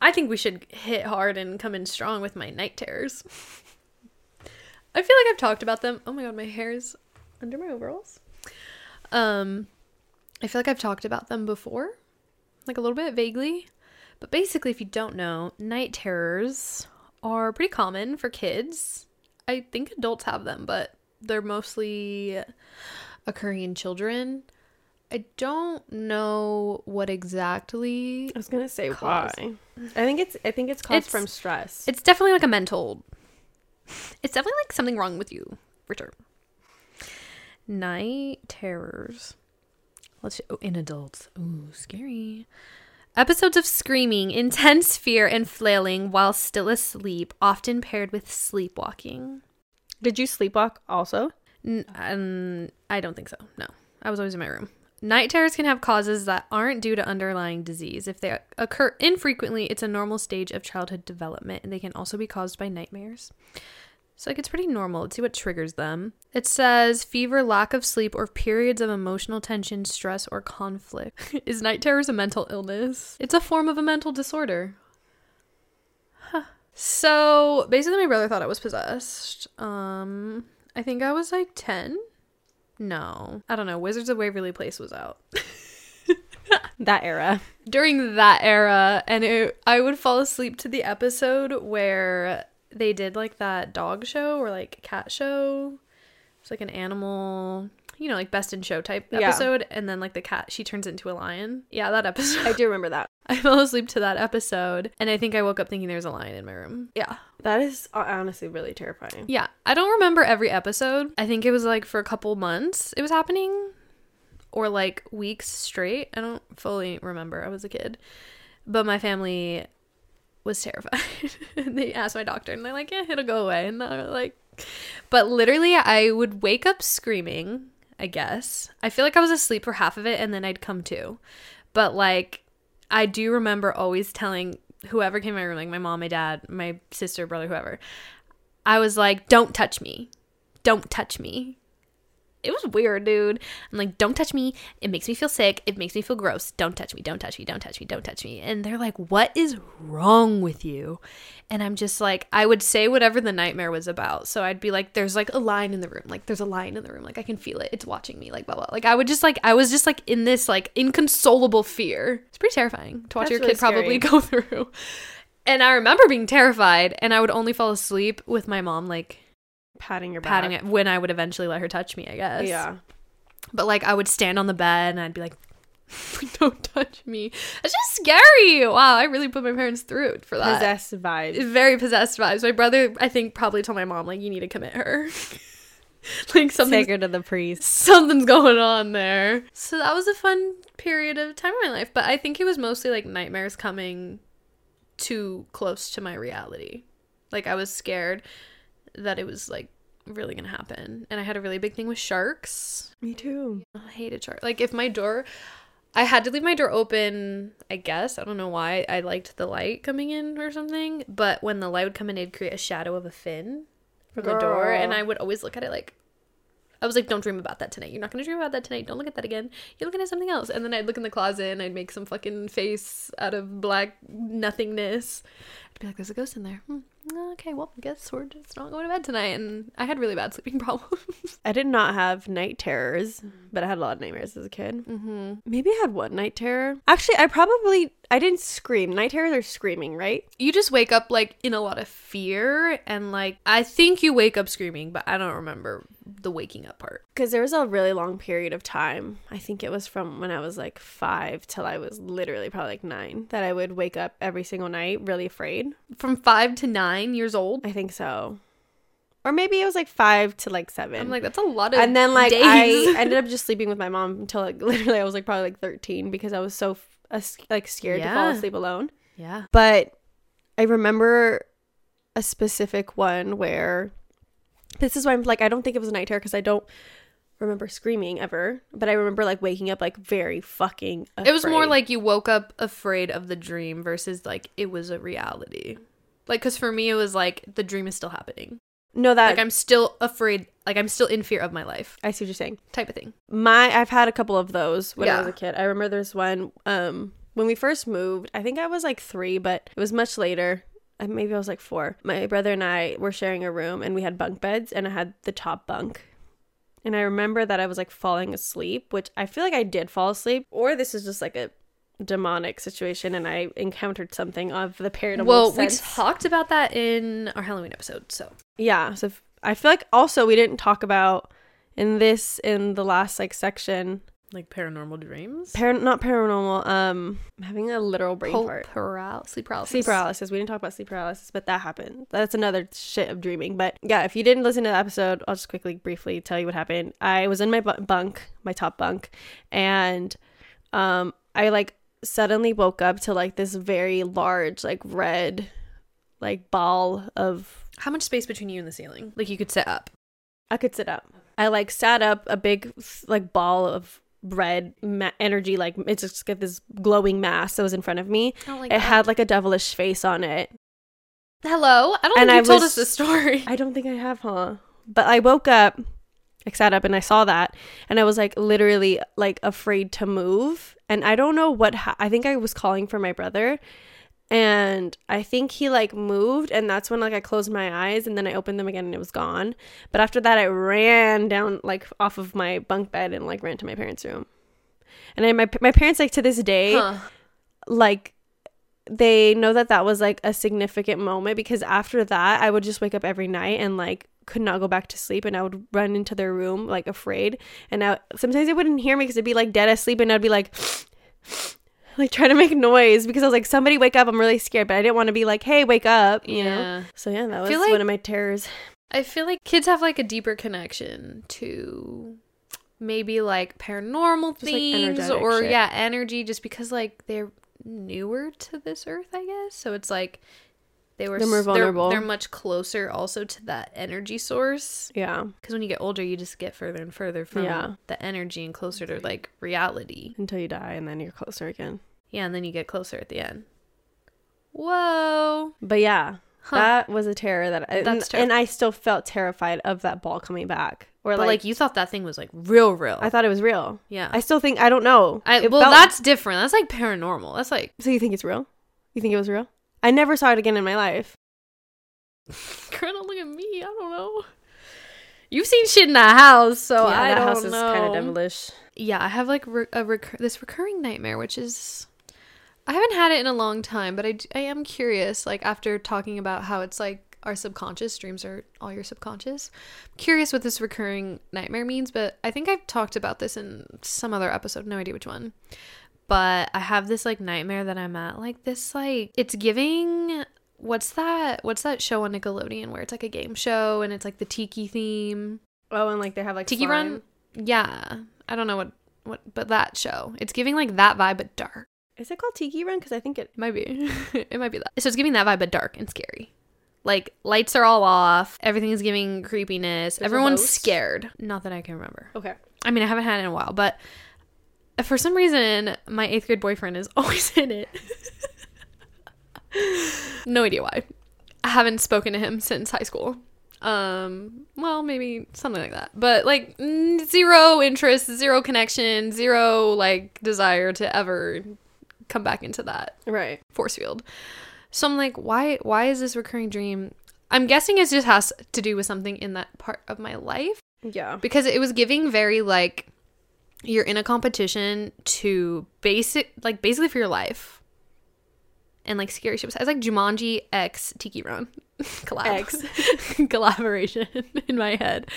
S2: I think we should hit hard and come in strong with my night terrors. I feel like I've talked about them. Oh my god, my hair is under my overalls. Um, I feel like I've talked about them before, like a little bit vaguely. But basically, if you don't know, night terrors are pretty common for kids. I think adults have them, but they're mostly occurring in children. I don't know what exactly
S1: I was gonna say
S2: Cause.
S1: why. I think it's I think it's caused
S2: It's-
S1: from stress.
S2: It's definitely like a mental. It's definitely like something wrong with you, Richard. Night terrors. Let's oh, in adults. Ooh, scary. Episodes of screaming, intense fear, and flailing while still asleep, often paired with sleepwalking.
S1: Did you sleepwalk also?
S2: N- um, I don't think so. No, I was always in my room. Night terrors can have causes that aren't due to underlying disease. If they occur infrequently, it's a normal stage of childhood development, and they can also be caused by nightmares. So, like, it's pretty normal. Let's see what triggers them. It says fever, lack of sleep, or periods of emotional tension, stress, or conflict. Is night terrors a mental illness? It's a form of a mental disorder. So basically, my brother thought I was possessed. Um, I think I was like 10. No, I don't know. Wizards of Waverly Place was out
S1: That era.
S2: during that era, and it, I would fall asleep to the episode where they did like that dog show or like cat show. It's like an animal, you know, like best in show type
S1: Yeah.
S2: episode, and then like the cat, she turns into a lion. Yeah, that episode.
S1: I do remember that.
S2: I fell asleep to that episode, and I think I woke up thinking there was a lion in my room. Yeah.
S1: That is ho- honestly really terrifying.
S2: Yeah, I don't remember every episode. I think it was like for a couple months it was happening or like weeks straight. I don't fully remember. I was a kid. But my family was terrified. and they asked my doctor and they're like, "Yeah, it'll go away." And they're like But literally I would wake up screaming, I guess. I feel like I was asleep for half of it and then I'd come to. But like I do remember always telling whoever came in my room, like my mom, my dad, my sister, brother, whoever, I was like, don't touch me. Don't touch me. It was weird, dude. I'm like, don't touch me. It makes me feel sick. It makes me feel gross. Don't touch me. Don't touch me. Don't touch me. Don't touch me. And they're like, what is wrong with you? And I'm just like, I would say whatever the nightmare was about. So I'd be like, there's like a lion in the room. Like, there's a lion in the room. Like, I can feel it. It's watching me. Like, blah, blah. Like, I would just like, I was just like in this like inconsolable fear. It's pretty terrifying to watch
S1: That's
S2: your
S1: really
S2: kid
S1: scary.
S2: probably go through. And I remember being terrified, and I would only fall asleep with my mom like
S1: Patting your back.
S2: patting it when I would eventually let her touch me, I guess.
S1: Yeah.
S2: But like I would stand on the bed and I'd be like, don't touch me. It's just scary. Wow, I really put my parents through for that.
S1: Possessed vibes.
S2: Very possessed vibes. My brother, I think, probably told my mom, like, you need to commit her. like something
S1: Take her to the priest.
S2: something's going on there. So that was a fun period of time in my life, but I think it was mostly like nightmares coming too close to my reality. Like I was scared that it was like really going to happen. And I had a really big thing with sharks.
S1: Me too.
S2: I hated shark. Like if my door, I had to leave my door open. I guess I don't know why I liked the light coming in or something. But when the light would come in, it'd create a shadow of a fin from the door,
S1: Girl.
S2: and I would always look at it like. I was like, don't dream about that tonight. You're not going to dream about that tonight. Don't look at that again. You're looking at something else. And then I'd look in the closet and I'd make some fucking face out of black nothingness. I'd be like, there's a ghost in there. Hmm. Okay, well, I guess we're just not going to bed tonight. And I had really bad sleeping problems.
S1: I did not have night terrors, but I had a lot of nightmares as a kid.
S2: mm-hmm.
S1: Maybe I had one night terror. Actually, I probably I didn't scream. Night terrors are screaming, right?
S2: you just wake up like in a lot of fear and like I think you wake up screaming, but I don't remember the waking up part.
S1: Because there was a really long period of time. I think it was from when I was like five till I was literally probably like nine that I would wake up every single night really afraid.
S2: From 5 to 9 years old.
S1: I think so. Or maybe it was like five to like seven.
S2: I'm like that's a lot of
S1: and then like
S2: days.
S1: I ended up just sleeping with my mom until like literally I was like probably like 13 because I was so f- uh, s- like scared to fall
S2: Yeah.
S1: asleep alone.
S2: yeah.
S1: But I remember a specific one where this is why I'm like I don't think it was a night terror because I don't remember screaming ever, but I remember like waking up like very fucking. Afraid.
S2: It was more like you woke up afraid of the dream versus like it was a reality. Like cuz for me it was like the dream is still happening.
S1: No, that
S2: Like I'm still afraid, like I'm still in fear of my life
S1: I see what you're saying.
S2: type of thing.
S1: my I've had a couple of those when I was
S2: Yeah.
S1: a kid. I remember there's one um when we first moved. I think I was like 3, but it was much later. Uh, Maybe I was like 4. My brother and I were sharing a room and we had bunk beds and I had the top bunk. And I remember that I was like falling asleep, which I feel like I did fall asleep or this is just like a demonic situation and I encountered something of the paranormal
S2: Well,
S1: sense.
S2: we talked about that in our Halloween episode, so
S1: Yeah. So if, I feel like also we didn't talk about in this in the last like section
S2: like paranormal dreams,
S1: Par- not paranormal. Um, I'm having a literal brain fart.
S2: sleep paralysis,
S1: Sleep paralysis. We didn't talk about sleep paralysis, but that happened. That's another shit of dreaming. But yeah, if you didn't listen to the episode, I'll just quickly, briefly tell you what happened. I was in my bu- bunk, my top bunk, and um, I like suddenly woke up to like this very large, like red, like ball of
S2: How much space between you and the ceiling? Like you could sit up.
S1: I could sit up. I like sat up, a big like ball of red ma- energy, like it just got this glowing mass that was in front of me.
S2: I don't like
S1: it had like a devilish face on it.
S2: Hello, I don't
S1: And
S2: think
S1: I
S2: you told
S1: was-
S2: us this story.
S1: I don't think I have, huh? But I woke up, I sat up, and I saw that, and I was like literally like afraid to move, and I don't know what. Ha- I think I was calling for my brother, and I think he like moved, and that's when like I closed my eyes, and then I opened them again, and it was gone. But after that, I ran down like off of my bunk bed and like ran to my parents' room, and I, my my parents like to this day
S2: Huh.
S1: like they know that that was like a significant moment because after that I would just wake up every night and like could not go back to sleep and I would run into their room like afraid and I sometimes they wouldn't hear me because I'd be like dead asleep and I'd be like like trying to make noise because I was like somebody wake up I'm really scared but I didn't want to be like hey wake up you know
S2: Yeah.
S1: so yeah that was
S2: feel
S1: one
S2: like-
S1: of my terrors
S2: I feel like kids have like a deeper connection to maybe like paranormal
S1: Just, like,
S2: things
S1: energetic
S2: or
S1: shit.
S2: yeah, energy just because like they're newer to this earth, I guess. So it's like they were
S1: They're more
S2: s-
S1: vulnerable.
S2: They're, much closer also to that energy source
S1: yeah
S2: because when you get older, you just get further and further from
S1: Yeah.
S2: the energy and closer to like reality.
S1: until you die and then you're closer again
S2: Yeah, and then you get closer at the end. Whoa.
S1: but yeah
S2: Huh.
S1: that was a terror that I,
S2: That's
S1: and, and I still felt terrified of that ball coming back or
S2: But like, you thought that thing was like real real.
S1: I thought it was real.
S2: yeah.
S1: I still think I don't know.
S2: I,
S1: It
S2: well,
S1: felt-
S2: that's different. That's like paranormal. That's like
S1: so you think it's real? You think it was real? I never saw it again in my life.
S2: Girl, don't look at me. I don't know. You've seen shit in that house, so I
S1: that
S2: don't
S1: house is
S2: know.
S1: kind of devilish.
S2: Yeah, I have like re- a recur- this recurring nightmare, which is I haven't had it in a long time, but I, d- I am curious. Like after talking about how it's like our subconscious dreams are all your subconscious, I'm curious what this recurring nightmare means. But I think I've talked about this in some other episode. No idea which one. But I have this like nightmare that I'm at like this like it's giving what's that what's that show on Nickelodeon where it's like a game show and it's like the tiki theme.
S1: Oh, and like they have like
S2: Tiki
S1: slime.
S2: Run. Yeah, I don't know what what, but that show. It's giving like that vibe, but dark.
S1: Is it called Tiki Run? Because I think it.
S2: It might be. it might be that. So it's giving that vibe, but dark and scary. Like lights are all off. Everything is giving creepiness.
S1: There's a
S2: Everyone's
S1: ghost?
S2: scared. Not that I can remember.
S1: Okay.
S2: I mean, I haven't had it in a while, but for some reason, my eighth grade boyfriend is always in it. no idea why. I haven't spoken to him since high school. Um, well, maybe something like that, but like n- zero interest, zero connection, zero like desire to ever come back into that
S1: Right.
S2: force field. So I'm like, why why is this recurring dream? I'm guessing it just has to do with something in that part of my life
S1: Yeah.
S2: because it was giving very like you're in a competition to basic like basically for your life and like scary shit besides like jumanji x tiki run collab
S1: X.
S2: collaboration in my head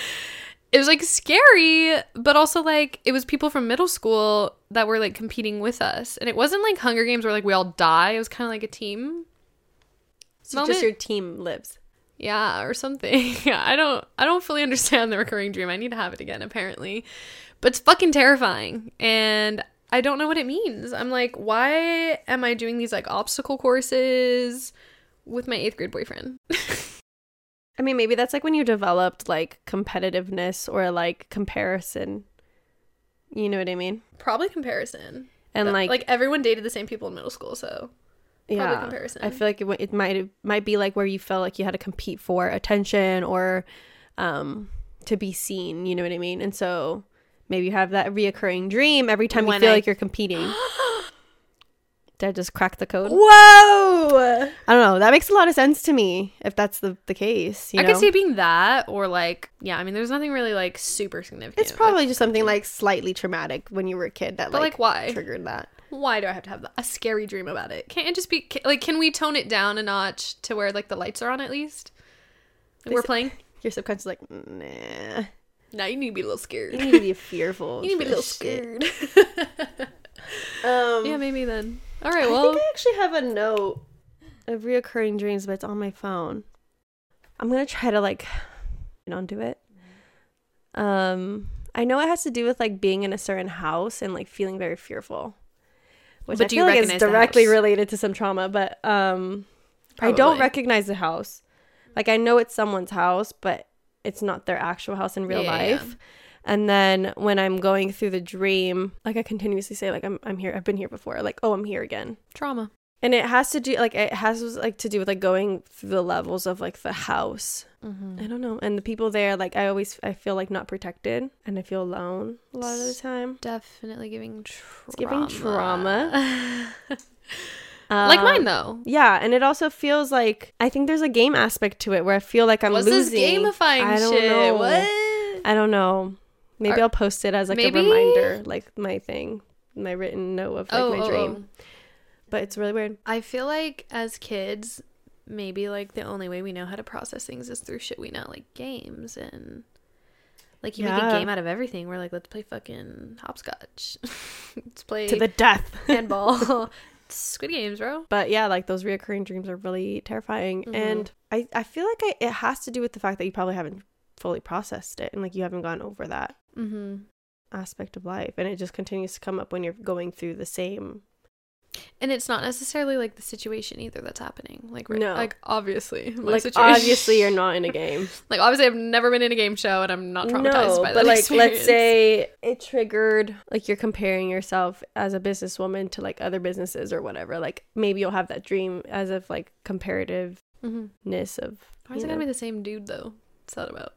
S2: it was like scary but also like it was people from middle school that were like competing with us and it wasn't like hunger games where like we all die it was kind of like a team
S1: So
S2: Moment.
S1: just your team lives.
S2: yeah or something i don't i don't fully understand the recurring dream i need to have it again apparently but it's fucking terrifying and i don't know what it means i'm like why am i doing these like obstacle courses with my eighth grade boyfriend
S1: I mean, maybe that's like when you developed like competitiveness or like comparison. You know what I mean?
S2: probably comparison
S1: And like,
S2: like everyone dated the same people in middle school so
S1: yeah,
S2: comparison.
S1: I feel like it, wa- it might it might be like where you felt like you had to compete for attention or um, to be seen. You know what I mean? And so maybe you have that reoccurring dream every time
S2: When
S1: you feel
S2: I-
S1: like you're competing. Did I just crack the code?
S2: Whoa!
S1: I don't know. That makes a lot of sense to me if that's the, the case. You
S2: I
S1: know?
S2: could see it being that, or like, yeah. I mean, there's nothing really like super significant.
S1: it's probably just something like slightly traumatic when you were a kid that
S2: but
S1: like,
S2: like, why?
S1: triggered that.
S2: Why do I have to have that? a scary dream about it? Can't it just be ca- like, can we tone it down a notch to where like the lights are on at least? Like,
S1: They
S2: we're
S1: s-
S2: playing.
S1: Your subconscious is like, nah.
S2: Now you need to be a
S1: You
S2: little scared.
S1: need to be fearful.
S2: You need to
S1: of
S2: be a little
S1: this shit.
S2: scared.
S1: Um,
S2: yeah, maybe then. All right.
S1: I
S2: Well,
S1: think I actually have a note of reoccurring dreams, but it's on my phone. I'm gonna try to like undo it. Um, I know it has to do with like being in a certain house and like feeling very fearful, which
S2: But
S1: I
S2: do you
S1: feel like
S2: recognize
S1: is
S2: the
S1: directly
S2: house?
S1: related to some trauma. But um, I don't
S2: Probably.
S1: recognize the house. Like I know it's someone's house, but it's not their actual house in real
S2: Yeah, yeah, yeah.
S1: life. And then when I'm going through the dream, like I continuously say, like I'm I'm here, I've been here before, like oh I'm here again.
S2: trauma.
S1: And it has to do like it has like to do with like going through the levels of like the house. I don't know, and the people there, like I always I feel like not protected, and I feel alone a lot of the time.
S2: Definitely giving trauma.
S1: giving
S2: like
S1: Um,
S2: mine though.
S1: Yeah, and it also feels like I think there's a game aspect to it where I feel like I'm
S2: What's
S1: losing.
S2: this gamifying
S1: I don't
S2: shit?
S1: know.
S2: What?
S1: I don't know. Maybe
S2: Are-
S1: I'll post it as like
S2: Maybe?
S1: a reminder, like my thing, my written note of like
S2: oh,
S1: my
S2: oh,
S1: dream.
S2: oh.
S1: But it's really weird.
S2: I feel like as kids, maybe like the only way we know how to process things is through shit we know, like games and like you make a
S1: Yeah.
S2: game out of everything. We're like, let's play fucking hopscotch, let's play
S1: To the death.
S2: handball, Squid Games, bro.
S1: but yeah, like those reoccurring dreams are really terrifying.
S2: Mhm.
S1: And I, I feel like I, it has to do with the fact that you probably haven't fully processed it and like you haven't gone over that
S2: Mm-hmm.
S1: aspect of life. And it just continues to come up when you're going through the same.
S2: And it's not necessarily like the situation either that's happening. Like, right-
S1: No.
S2: like obviously, my
S1: like,
S2: situation-
S1: obviously, you're not in a game.
S2: Like, obviously, I've never been in a game show, and I'm not traumatized
S1: no,
S2: by that.
S1: but like,
S2: experience.
S1: let's say it triggered, like, you're comparing yourself as a businesswoman to like other businesses or whatever. Like, maybe you'll have that dream as if like comparativeness
S2: Mhm.
S1: of.
S2: Why is
S1: you
S2: it gonna
S1: know.
S2: be the same dude though? It's that about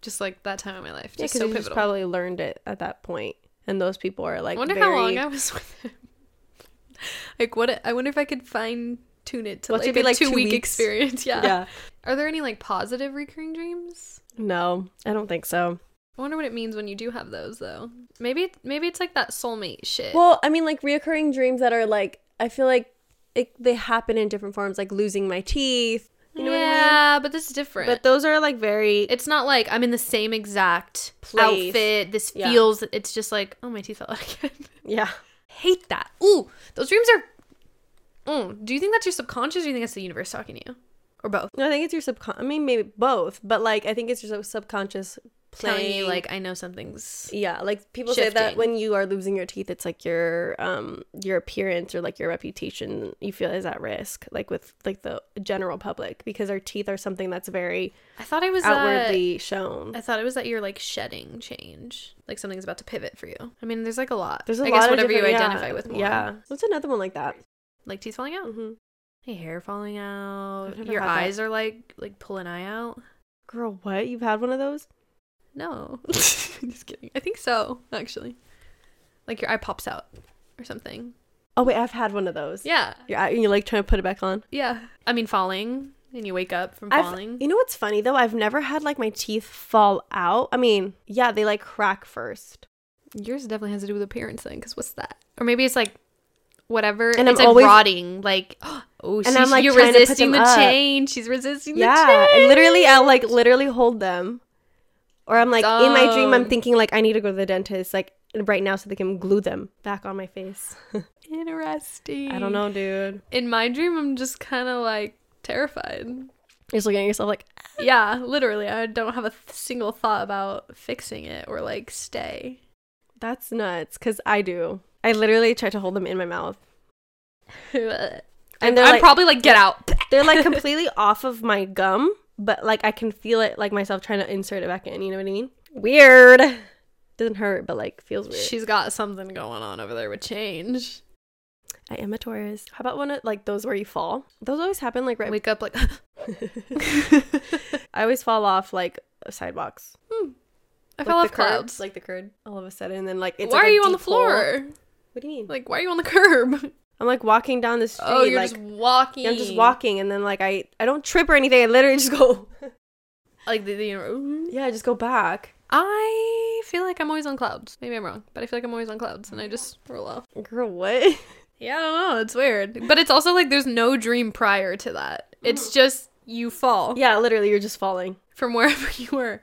S2: just like that time in my life.
S1: Yeah,
S2: Just
S1: because
S2: so
S1: you just
S2: pivotal.
S1: probably learned it at that point, and those people are like.
S2: I wonder
S1: very,
S2: how long I was with him. like what? I wonder if I could fine tune it to
S1: Well, it
S2: like
S1: should be,
S2: a
S1: like,
S2: two
S1: two
S2: week
S1: weeks.
S2: experience. Yeah.
S1: Yeah.
S2: Are there any like positive recurring dreams?
S1: No, I don't think so.
S2: I wonder what it means when you do have those though. Maybe maybe it's like that soulmate shit.
S1: Well, I mean, like reoccurring dreams that are like I feel like it, they happen in different forms, like losing my teeth. You know what I mean?
S2: yeah, but this is different.
S1: But those are like very.
S2: it's not like I'm in the same exact
S1: Place.
S2: outfit. This
S1: Yeah.
S2: feels. It's just like oh my teeth fell out again.
S1: yeah.
S2: hate that. Ooh, those dreams are. Mm, do you think that's your subconscious, or do you think that's the universe talking to you, or both?
S1: No, I think it's your subconscious. I mean, maybe both, but like I think it's your sub- subconscious playing.
S2: Telling you like I know something's.
S1: yeah, like people say that
S2: Shifting.
S1: when you are losing your teeth, it's like your um your appearance or like your reputation you feel is at risk, like with like the general public, because our teeth are something that's very
S2: I thought it was outwardly.
S1: outwardly shown.
S2: I thought it was that you're like shedding change, like something's about to pivot for you. I mean, there's like a lot.
S1: There's a
S2: I
S1: lot
S2: guess
S1: of
S2: whatever you
S1: different- yeah,
S2: identify with more. mm-hmm.
S1: Yeah, what's another one like that?
S2: like teeth falling out,
S1: hmm
S2: your hair falling out,
S1: I've never
S2: your
S1: had that.
S2: eyes are like like pull an eye out.
S1: Girl, what? You've had one of those?
S2: No, just kidding. I think so actually. Like your eye pops out or something.
S1: Oh wait, I've had one of those.
S2: Yeah,
S1: You're at- you're like trying to put it back on.
S2: yeah. I mean, falling and you wake up from
S1: I've-
S2: falling.
S1: you know what's funny though? I've never had like my teeth fall out. I mean, yeah, they like crack first.
S2: Yours definitely has to do with appearance then, because what's that? Or maybe it's like whatever.
S1: And
S2: it's
S1: I'm
S2: like
S1: always-
S2: rotting. Like oh, she's,
S1: I'm, like,
S2: you're
S1: trying to put
S2: resisting the
S1: them up.
S2: change. She's resisting the
S1: Yeah,
S2: change.
S1: and literally, I'll like literally hold them, or I'm like in my dream, I'm
S2: Dumb.
S1: thinking like I need to go to the dentist like right now so they can glue them back on my face.
S2: interesting.
S1: I don't know, dude.
S2: In my dream, I'm just kind of like terrified.
S1: You're just looking at yourself like
S2: Yeah, literally, I don't have a th- single thought about fixing it or like stay.
S1: that's nuts because I do. I literally try to hold them in my mouth,
S2: and
S1: and
S2: I'm
S1: they're like
S2: probably like get out.
S1: they're like completely off of my gum, but like I can feel it like myself trying to insert it back in. You know what I mean? Weird. Doesn't hurt, but like feels weird.
S2: She's got something going on over there with change.
S1: I am a Taurus. How about one of like those where you fall? Those always happen like right.
S2: Wake up like
S1: I always fall off like sidewalks.
S2: I
S1: Like
S2: fell
S1: the
S2: off clouds.
S1: curb, like the curb. All of a sudden, and then like it's
S2: why
S1: like,
S2: are
S1: a
S2: you on the
S1: deep
S2: floor?
S1: hole. What do you mean?
S2: Like why are you on the curb?
S1: I'm like walking down the street.
S2: Oh, you're
S1: like,
S2: just walking.
S1: I'm just walking, and then like I I don't trip or anything. I literally just go.
S2: Like the, the ooh.
S1: yeah, I just go back.
S2: I feel like I'm always on clouds. Maybe I'm wrong, but I feel like I'm always on clouds, and I just roll off.
S1: Girl, what?
S2: Yeah, I don't know. It's weird, but it's also like there's no dream prior to that. It's just you fall
S1: Mm. yeah, literally, you're just falling.
S2: from wherever you were.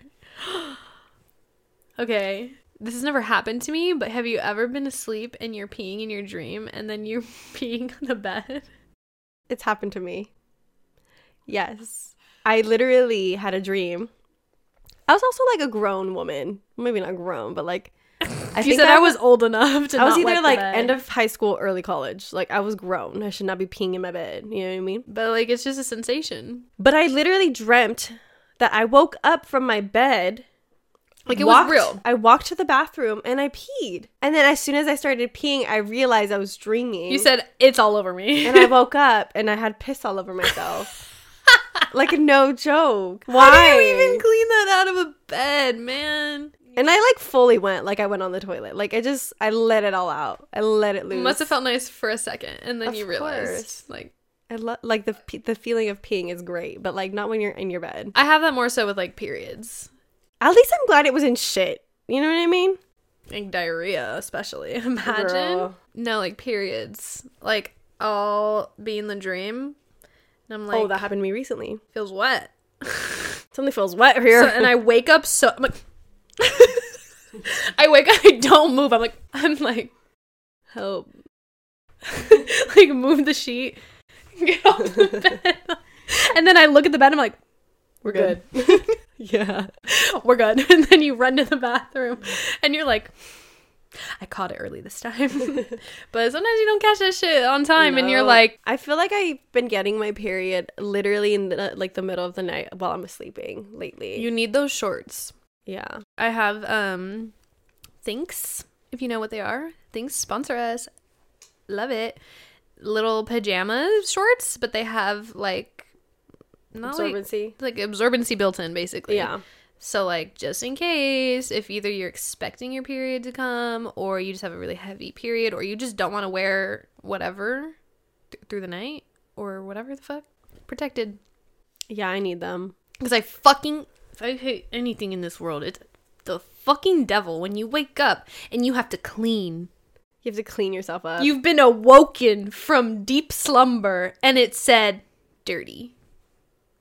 S2: okay, this has never happened to me, but have you ever been asleep and you're peeing in your dream, and then you're peeing on the bed?
S1: It's happened to me. Yes. I literally had a dream. I was also like a grown woman. Maybe not grown, but like I
S2: you said I was, old enough to.
S1: I was
S2: not
S1: either
S2: wet the
S1: like
S2: bed.
S1: end of high school, early college. Like I was grown. I should not be peeing in my bed. You know what I mean?
S2: but like it's just a sensation.
S1: But I literally dreamt that I woke up from my bed.
S2: Like it
S1: walked-
S2: was real.
S1: I walked to the bathroom and I peed. And then as soon as I started peeing, I realized I was dreaming.
S2: You said it's all over me.
S1: Mm-hmm. and I woke up and I had piss all over myself. like no joke. Why?
S2: How do you even clean that out of a bed, man?
S1: and I like fully went, like I went on the toilet. Like I just I let it all out. I let it
S2: It
S1: loose.
S2: must have felt nice for a second, and then
S1: Of
S2: you realized,
S1: course.
S2: like,
S1: I lo- like the pe- the feeling of peeing is great, but like not when you're in your bed.
S2: I have that more so with like periods,
S1: At least I'm glad it was in shit. You know what I mean?
S2: like diarrhea, especially. Imagine,
S1: Girl.
S2: no, like periods, like I'll be in the dream, and I'm like,
S1: oh, that happened to me recently.
S2: feels wet,
S1: Something feels wet
S2: so,
S1: here.
S2: and I wake up so I'm like, I wake up, I don't move. I'm like, I'm like, help, like move the sheet, get off the bed, and then I look at the bed, I'm like.
S1: We're
S2: good.
S1: yeah.
S2: we're good. And then you run to the bathroom and you're like, I caught it early this time. but sometimes you don't catch that shit on time and you're
S1: No.
S2: like,
S1: I feel like I've been getting my period literally in the, like the middle of the night while I'm sleeping lately.
S2: you need those shorts.
S1: yeah.
S2: I have um Thinks, if you know what they are. Thinks sponsor us. Love it. Little pajama shorts, but they have like not like,
S1: Absorbency.
S2: like absorbency built in basically.
S1: yeah.
S2: So, like, just in case, if either you're expecting your period to come, or you just have a really heavy period, or you just don't want to wear whatever th- through the night, or whatever the fuck, protected.
S1: Yeah, I need them.
S2: Because I fucking, if I hate anything in this world, it's the fucking devil when you wake up and you have to clean.
S1: You have to clean yourself up.
S2: You've been awoken from deep slumber, and it said dirty.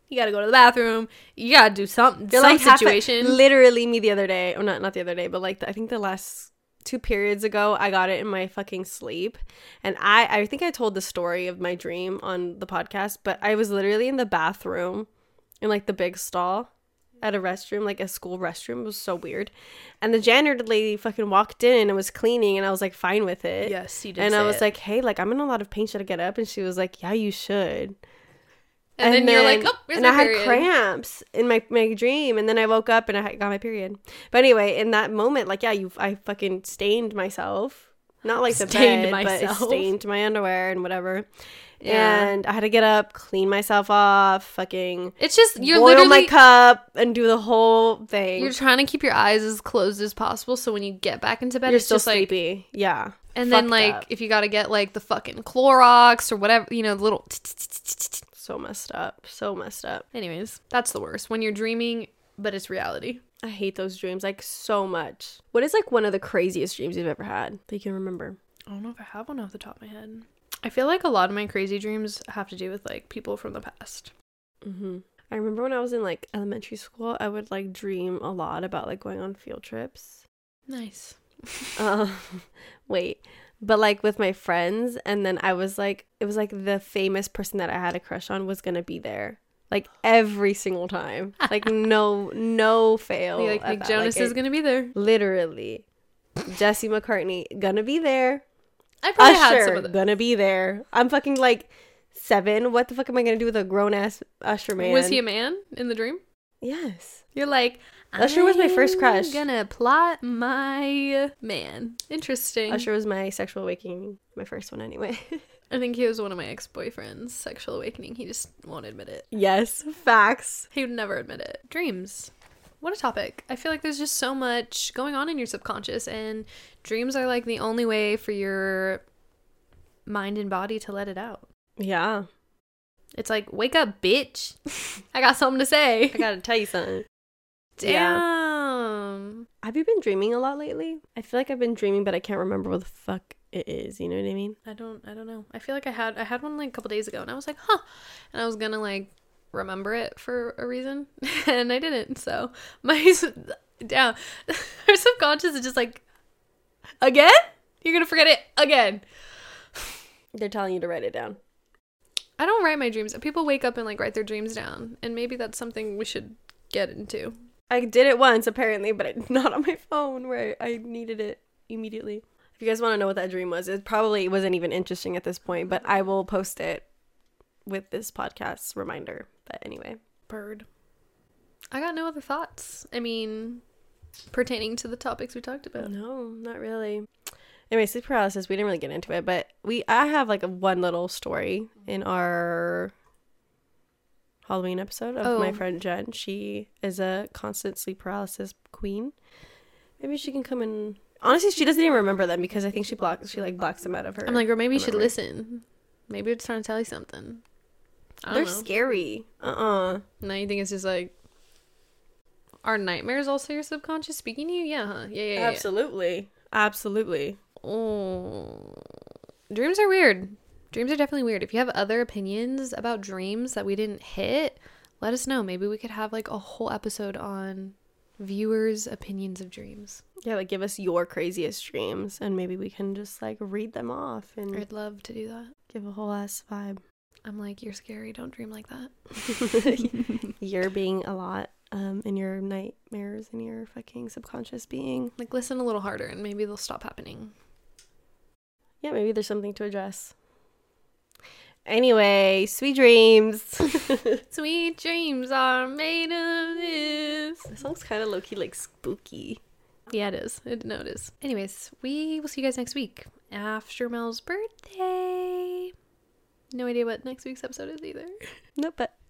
S2: You gotta go to the bathroom. You gotta do something.
S1: They're,
S2: some
S1: half-
S2: situation.
S1: literally, me the other day, or not not the other day, but like the, I think the last two periods ago, I got it in my fucking sleep, and I I think I told the story of my dream on the podcast, but I was literally in the bathroom, in like the big stall. At a restroom, like a school restroom, it was so weird. And the janitor lady fucking walked in and was cleaning, and I was like fine with it.
S2: yes, you did.
S1: And I
S2: say
S1: was
S2: it.
S1: like, hey, like I'm in a lot of pain. Should I get up? And she was like, yeah, you should.
S2: And, then, you're like,
S1: then-
S2: oh, here's
S1: and
S2: my
S1: I had
S2: period.
S1: cramps in my my dream, and then I woke up and I had- got my period. But anyway, in that moment, like, yeah, you, I fucking stained myself. Not like the
S2: Stained
S1: bed, but I
S2: myself.
S1: stained my underwear and whatever.
S2: Yeah.
S1: And I had to get up, clean myself off, fucking
S2: It's just you're
S1: boil
S2: literally
S1: my cup, and do the whole thing.
S2: you're trying to keep your eyes as closed as possible, so when you get back into bed,
S1: You're
S2: it's
S1: still
S2: just like.
S1: sleepy, yeah.
S2: And then
S1: Fucked
S2: like
S1: up.
S2: if you gotta get like the fucking Clorox or whatever, you know, the little.
S1: so messed up, so messed up.
S2: Anyways, that's the worst when you're dreaming, but it's reality.
S1: I hate those dreams like so much. What is like one of the craziest dreams you've ever had that you can remember?
S2: I don't know if I have one off the top of my head. I feel like a lot of my crazy dreams have to do with like people from the past.
S1: hmm I remember when I was in like elementary school, I would like dream a lot about like going on field trips.
S2: Nice.
S1: Uh, wait, but like with my friends, and then I was like, it was like the famous person that I had a crush on was gonna be there, like every single time, like no, no fail.
S2: Oh, like
S1: at
S2: Nick
S1: that.
S2: Jonas
S1: Like,
S2: is
S1: it-
S2: gonna be there.
S1: literally Jesse McCartney gonna be there.
S2: I probably had some
S1: Usher
S2: of those.
S1: gonna be there. I'm fucking like seven. What the fuck am I gonna do with a grown ass Usher man?
S2: Was he a man in the dream?
S1: yes.
S2: You're like
S1: Usher was my first
S2: "I'm
S1: crush."
S2: Gonna plot my man. Interesting.
S1: Usher was my sexual awakening, my first one anyway.
S2: I think he was one of my ex boyfriends' sexual awakening. He just won't admit it.
S1: Yes, facts.
S2: He would never admit it. Dreams. What a topic. I feel like there's just so much going on in your subconscious, and dreams are like the only way for your mind and body to let it out.
S1: Yeah.
S2: It's like, wake up, bitch. I got something to say.
S1: I gotta tell you something. Yeah.
S2: Damn.
S1: Have you been dreaming a lot lately? I feel like I've been dreaming, but I can't remember what the fuck it is. You know what I mean?
S2: I don't I don't know. I feel like I had I had one like a couple days ago and I was like, huh. And I was gonna like remember it for a reason and I didn't. So my sub- yeah. Our subconscious is just like again? You're gonna forget it again.
S1: They're telling you to write it down.
S2: I don't write my dreams. People wake up and like write their dreams down. And maybe that's something we should get into.
S1: I did it once, apparently, but it, not on my phone where I, I needed it immediately. If you guys want to know what that dream was, it probably wasn't even interesting at this point, but I will post it with this podcast's reminder. But anyway,
S2: Bird. I got no other thoughts. I mean pertaining to the topics we talked about.
S1: no, not really. Anyway, sleep paralysis. We didn't really get into it, but we I have like a one little story in our Halloween episode of my
S2: Oh.
S1: friend Jen. She is a constant sleep paralysis queen. Maybe she can come and honestly, she doesn't even remember them because I think she blocks she like blocks them out of her.
S2: I'm like, or maybe you should
S1: Remember.
S2: listen. Maybe it's trying to tell you something. I
S1: They're
S2: don't know.
S1: scary. Uh uh
S2: Now you think it's just like, are nightmares also your subconscious speaking to you? Yeah, huh? Yeah, yeah, yeah.
S1: Absolutely. Absolutely.
S2: Oh. Dreams are weird. Dreams are definitely weird. If you have other opinions about dreams that we didn't hit, let us know. Maybe we could have like a whole episode on viewers' opinions of dreams.
S1: Yeah, like give us your craziest dreams and maybe we can just like read them off and
S2: I'd love to do that.
S1: give a whole ass vibe.
S2: I'm like, you're scary. Don't dream like that.
S1: you're being a lot um, in your nightmares and your fucking subconscious being.
S2: Like, listen a little harder and maybe they'll stop happening.
S1: Yeah, maybe there's something to address. Anyway, sweet dreams. the
S2: Sweet dreams are made of this.
S1: song's kind of low key like spooky.
S2: Yeah, it is. It, no, it is. Anyways, we will see you guys next week after Mel's birthday. No idea what next week's episode is either.
S1: Nope, but